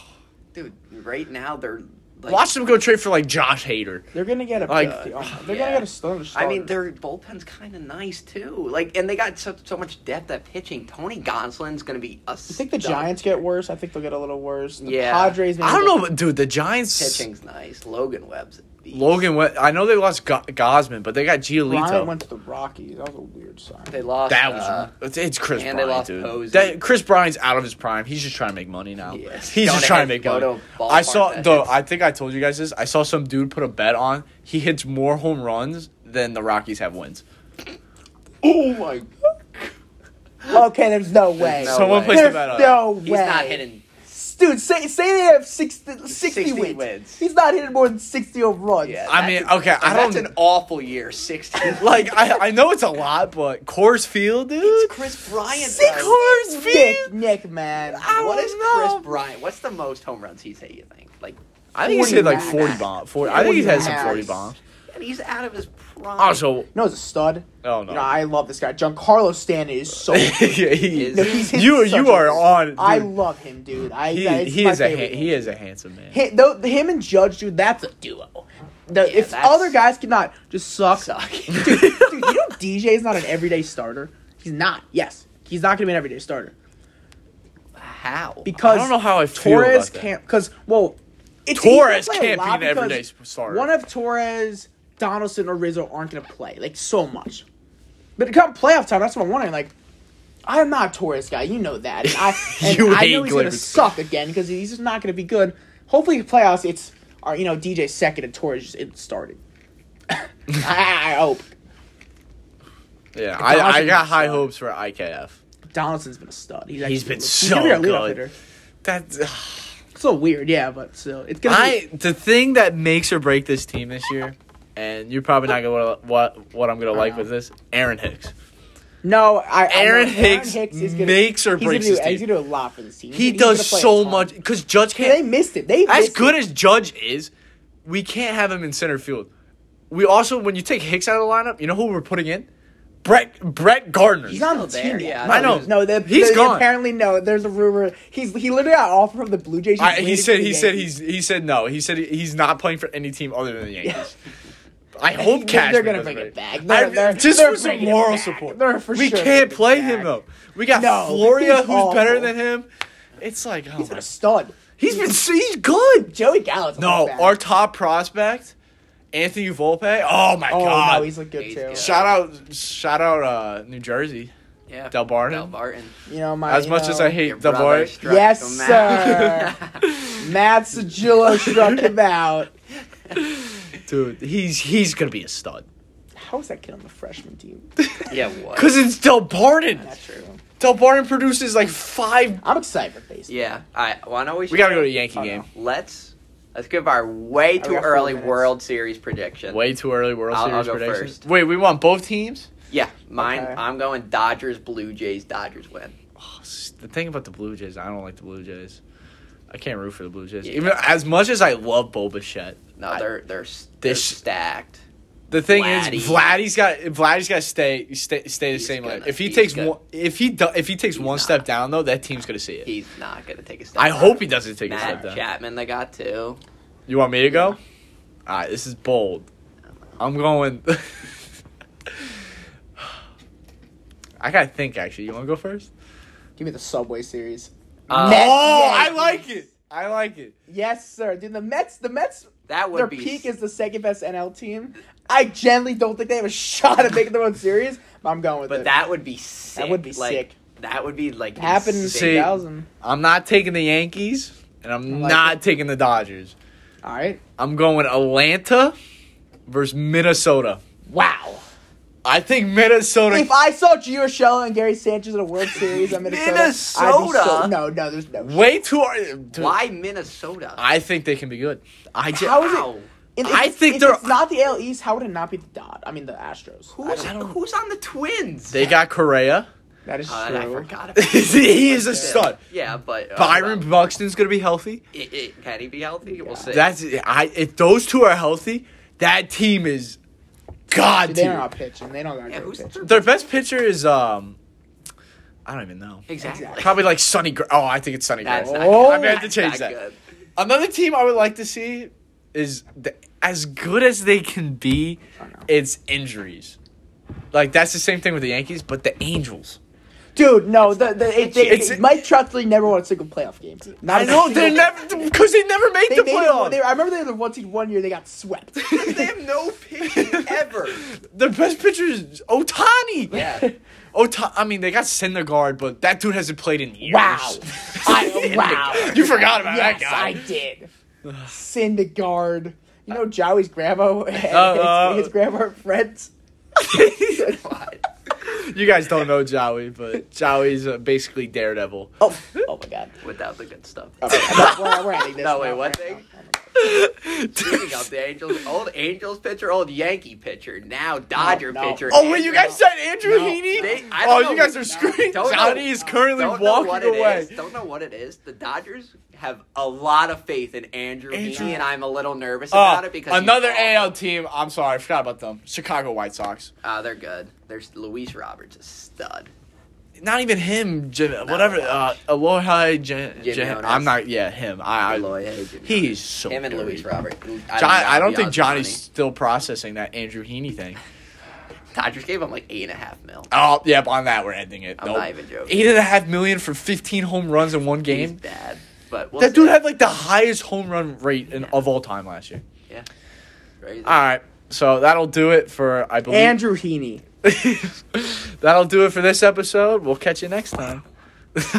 C: Dude, right now they're like.
B: watch them go trade for like Josh Hader.
A: They're gonna get a.
B: Like,
A: they're
C: yeah.
A: gonna get a starter.
C: I mean, their bullpen's kind of nice too. Like, and they got so, so much depth at pitching. Tony Gonsolin's gonna be a.
A: I think the Giants get worse. I think they'll get a little worse. The
C: Yeah.
A: Padres.
B: I don't know, but dude, the Giants
C: pitching's nice. Logan Webb's. a beast.
B: Logan went. I know they lost Go- Gosman, but they got Giolito.
A: Ryan went to the Rockies. That was a weird sign.
C: They lost.
B: that was
C: uh,
B: it's- it's Chris
C: and they
B: Bryant,
C: lost
B: dude.
C: Posey.
B: That- Chris Bryant's out of his prime. He's just trying to make money now.
C: Yes.
B: He's
C: Don't
B: just trying
C: have
B: to make
C: to go
B: money.
C: to a ballpark
B: I saw
C: that
B: though.
C: hits-
B: I think I told you guys this. I saw some dude put a bet on. He hits more home runs than the Rockies have wins.
A: Oh my god. Okay, there's no way.
C: No
B: Someone
C: way.
B: placed a
A: There's
B: bet on.
A: no way.
C: he's not hitting
A: dude, say say they have 60, 60,
E: 60
A: wins.
E: wins.
A: He's not hitting more than sixty home runs.
E: Yeah.
B: I mean, okay, I
E: that's
B: don't
E: an awful year. Sixty.
B: like. I, I know it's a lot, but Coors Field, dude.
E: Chris Bryant.
A: Six
E: does.
A: Coors
B: Field?
A: Nick, Nick, man.
E: What
B: don't
E: is
B: know.
E: Chris Bryant? What's the most home runs he's hit? You think? Like,
B: I think he's hit like
A: 40
B: forty bombs. Forty. I think he's had some forty
A: 40
B: bombs.
E: and he's out of his prime.
B: Also,
A: No, it's a stud.
B: oh
A: You know,
B: no.
A: I love this guy. Giancarlo Stanton is so.
B: yeah, he,
C: Is-
A: No, he's hit
B: you
A: such
B: you
A: a-
B: are on. Dude.
A: I love him, dude. I
B: he,
A: that is
B: he
A: my
B: is a
A: favorite.
B: ha- he is a handsome man.
A: Him, though, him and Judge, dude, that's a duo.
E: Yeah,
A: The, if
E: that's-
A: other guys cannot just suck,
E: Suck.
A: dude, dude, you know DJ is not an everyday starter. He's not. Yes, he's not gonna be an everyday starter
E: How?
A: because
B: I don't know how I feel
A: Torres
B: about that.
A: can't. Because well, it's he's gonna
B: Torres
A: play a
B: can't be
A: lot
B: an everyday
A: because
B: starter.
A: One of Torres, Donaldson, or Rizzo aren't gonna play like so much. But come playoff time, that's what I'm wondering. Like, I'm not a Torres guy, you know that. And I and
B: You
A: I
B: hate
A: know he's gonna
B: Glaber's.
A: suck again because he's just not gonna be good. Hopefully, in playoffs, it's our you know DJ second and Torres just in starting. I, I hope
B: yeah, I, I
A: Dawson
B: got
A: is
B: high
A: solid.
B: hopes for IKF.
A: Donaldson's been a stud. He's,
B: He's
A: actually-
B: been
A: gonna be
B: so
A: our leadoff
B: good.
A: hitter.
B: That's
A: It's a little weird, yeah, but still, it's gonna. be,
B: I the thing that makes or break this team this year, and you're probably not gonna what what I'm gonna like with this. Aaron Hicks.
A: No, I, I
B: Aaron
A: know
B: Hicks makes or
A: he's
B: breaks
A: gonna do,
B: this
A: He's
B: team.
A: gonna do a lot for this team.
B: He
A: He's gonna
B: does
A: play a
B: so
A: ton.
B: much because Judge
A: Yeah, they
B: can't.
A: missed it. They
B: As
A: missed
B: good
A: it.
B: as Judge is, we can't have him in center field. We also when you take Hicks out of the lineup, you know who we're putting in? Brett Brett Gardner.
A: he's on the
E: still
A: team.
E: there,
A: yet.
E: yeah.
A: No,
B: I know.
A: he's- No, they,
B: He's
A: they-
B: gone.
A: Apparently, no. There's a rumor. He's he literally got an offer from the Blue Jays. He's
B: I, he
A: waiting
B: said
A: for
B: he
A: the
B: said
A: Yankees.
B: he's he said no. He said he- he's not playing for any team other than the Yankees. I
A: They're
B: hope Cashman
A: gonna
B: does
A: bring it
B: right.
A: back.
B: I-
A: They're- they're-
B: just
A: they're
B: for some
A: bringing it
B: moral
A: back.
B: support.
A: They're for
B: we
A: sure
B: can't
A: bringing
B: play
A: it
B: him
A: back.
B: though. We got
A: No,
B: Floria,
A: he's
B: who's better
A: awful.
B: than him. It's like oh
A: He's
B: my,
A: a stud.
B: he's been he's good.
A: Joey Gallo's a
B: No,
A: left back.
B: our top prospect, Anthony Volpe. Oh my
A: oh
B: god!
A: no, he's looked good
C: He's
A: too.
C: good.
B: shout out, shout out, uh, New Jersey,
C: Yeah.
B: Del Barton.
C: Del Barton.
A: You know my
B: as
A: you
B: much
A: know,
B: as I hate
C: Your
B: Del
C: brother
B: Barton,
C: struck
A: Yes,
C: him out.
A: Matt Segillo struck him out.
B: dude, he's he's gonna be a stud
A: How is that kid on the freshman team?
C: yeah. What?
B: because it's Del Barton.
A: Not true.
B: Del Barton produces like five.
A: I'm excited for baseball.
C: Yeah. All right. Why don't we?
B: We gotta go to the Yankee
A: Oh, no.
B: game.
C: Let's let's give our way
A: got
C: too
A: four
C: early
A: minutes.
C: World Series prediction.
B: Way too early World
C: I'll- I'll
B: Series
C: go
B: predictions.
C: first.
B: Wait, we want both teams.
C: Yeah, mine.
A: Okay.
C: I'm going Dodgers, Blue Jays, Dodgers win.
B: Oh, s- the thing about the Blue Jays, I don't like the Blue Jays. I can't root for the Blue Jays.
C: Yeah.
B: Even as much as I love Bo Bichette,
C: No,
B: I-
C: they're they're s-
B: They
C: they're
B: sh-
C: stacked.
B: the thing
C: Vladdy.
B: is, Vladdy's got Vladdy's got to stay stay, stay the
C: He's
B: same
C: gonna-
B: way. If he
C: he's
B: takes
C: gonna-
B: one, if he do, if he takes
C: He's
B: one
C: not.
B: step down though, that team's gonna see it.
C: He's not gonna take a step.
B: I
C: back.
B: hope he doesn't take a
C: Matt
B: step down.
C: Chapman, they got two.
B: You want me to go? All right, this is bold. I'm going. I gotta think. Actually, you want to go first?
A: Give me the Subway Series.
C: Uh,
A: Mets,
B: oh, I
A: Yankees.
B: like it. I like it.
A: Yes, sir. Dude, the Mets, the Mets,
C: That would
A: their
C: be
A: peak is the second best NL team. I generally don't think they have a shot at making the World Series, but I'm going with
C: but
A: it.
C: that would be sick.
A: would be
C: like,
A: sick.
C: That would be like
A: happened in
B: See-
C: insane.
A: 2000.
B: I'm not taking the Yankees, and
A: I
B: I'm
A: like
B: not taking the Dodgers.
A: All right.
B: I'm going Atlanta versus Minnesota.
A: Wow.
B: I think Minnesota.
A: If I saw Gio Urshela and Gary Sanchez in a World Series in Minnesota, I'd be so,
C: Minnesota?
A: no, no, there's no. shot.
B: way too. Dude,
C: Why Minnesota?
B: I think they can be good. I just.
A: How is it-
C: Wow.
A: If- if
B: I
A: it's-
B: think
A: if
B: they're-
A: it's not the AL East. How would it not be the Dod? I mean the Astros.
C: Who's
B: I don't-
C: who's on the Twins?
B: They got Correa.
A: That is
C: Oh, and
A: true.
C: I forgot. About
B: he is a stud.
C: Yeah, but uh,
B: Byron Buxton's gonna be healthy.
C: it, it, can he be healthy? We'll see.
B: That's I. If those two are healthy, that team is god
A: Dude, they're
B: tier.
A: not pitching. They don't got
C: Yeah,
A: a
C: who's
A: great pitch.
C: the
B: Their best pitcher is um, I don't even know.
C: exactly?
A: Exactly.
B: Probably like Sonny. Gr- oh, I think it's Sonny.
C: That's
B: Gray.
C: not.
A: Oh,
B: I may have to
C: that's
B: change
C: not
B: that.
C: good.
B: Another team I would like to see is the, as good as they can be.
A: I know.
B: It's injuries. Like that's the same thing with the Yankees, but the Angels.
A: Dude, no, the, the, it, they,
B: It's-
A: Mike Troutsley never won a single playoff game. Not
B: I
A: a
B: know
A: single-
B: they're never because they never made
A: They
B: the
A: made it-
B: playoffs.
A: they- I remember they were the one seed one year. They got swept.
E: They have no pitching ever.
B: Their best pitcher is Otani.
E: Yeah.
B: Ota- I mean, they got Syndergaard, but that dude hasn't played in years.
A: Wow. I, wow.
B: you forgot about
A: yes,
B: that guy.
A: I did. Syndergaard. You know Joey's grandma and
B: uh,
A: his, his grandma are friends.
B: you guys don't know Joey, but Joey's uh, basically Daredevil.
A: Oh, oh my God.
C: without the good stuff.
A: Okay, we're, we're ending this.
C: No, wait, what
A: we're-
C: thing? Speaking of
B: Oh,
C: the Angels, old Angels pitcher, old Yankee pitcher, now Dodger
A: no.
C: pitcher.
B: Oh wait, you guys said Andrew
A: No.
B: Heaney?
C: They- I
B: oh,
C: don't
B: you
C: know.
B: guys are screaming.
C: Don't know.
B: Johnny is currently
C: don't know what
B: walking
C: it
B: away.
C: is. Don't know what it is. The Dodgers have a lot of faith in Andrew,
B: Andrew-
C: Heaney, and I'm a little nervous
B: Oh,
C: about it because he's
B: another
C: awful.
B: AL team. I'm sorry, I forgot about them. Chicago White Sox.
C: Ah, they're good. There's Luis Roberts, a stud.
B: Not even him. Jan- whatever. Uh, Aloha. Jan-
C: Jim
B: Jan-
C: Jonas.
B: I'm not. Yeah, him. I. I
C: Eloy Agin.
B: he's so.
C: him and
B: dirty.
C: Luis Robert. I
B: John, I don't
C: Giannis
B: think Johnny's
C: money.
B: still processing that Andrew Heaney thing.
C: Dodgers gave him like eight and a half mil.
B: Oh, yep. On that, we're ending it.
C: I'm
B: Nope.
C: not even joking.
B: Eight and a half million for 15 home runs in one
C: He's
B: game.
C: bad, but we'll
B: That
C: see.
B: dude had like the highest home run rate in, of all time last year.
C: Crazy.
B: All right. So that'll do it for I believe
A: Andrew Heaney.
B: That'll do it for this episode. We'll catch you next time.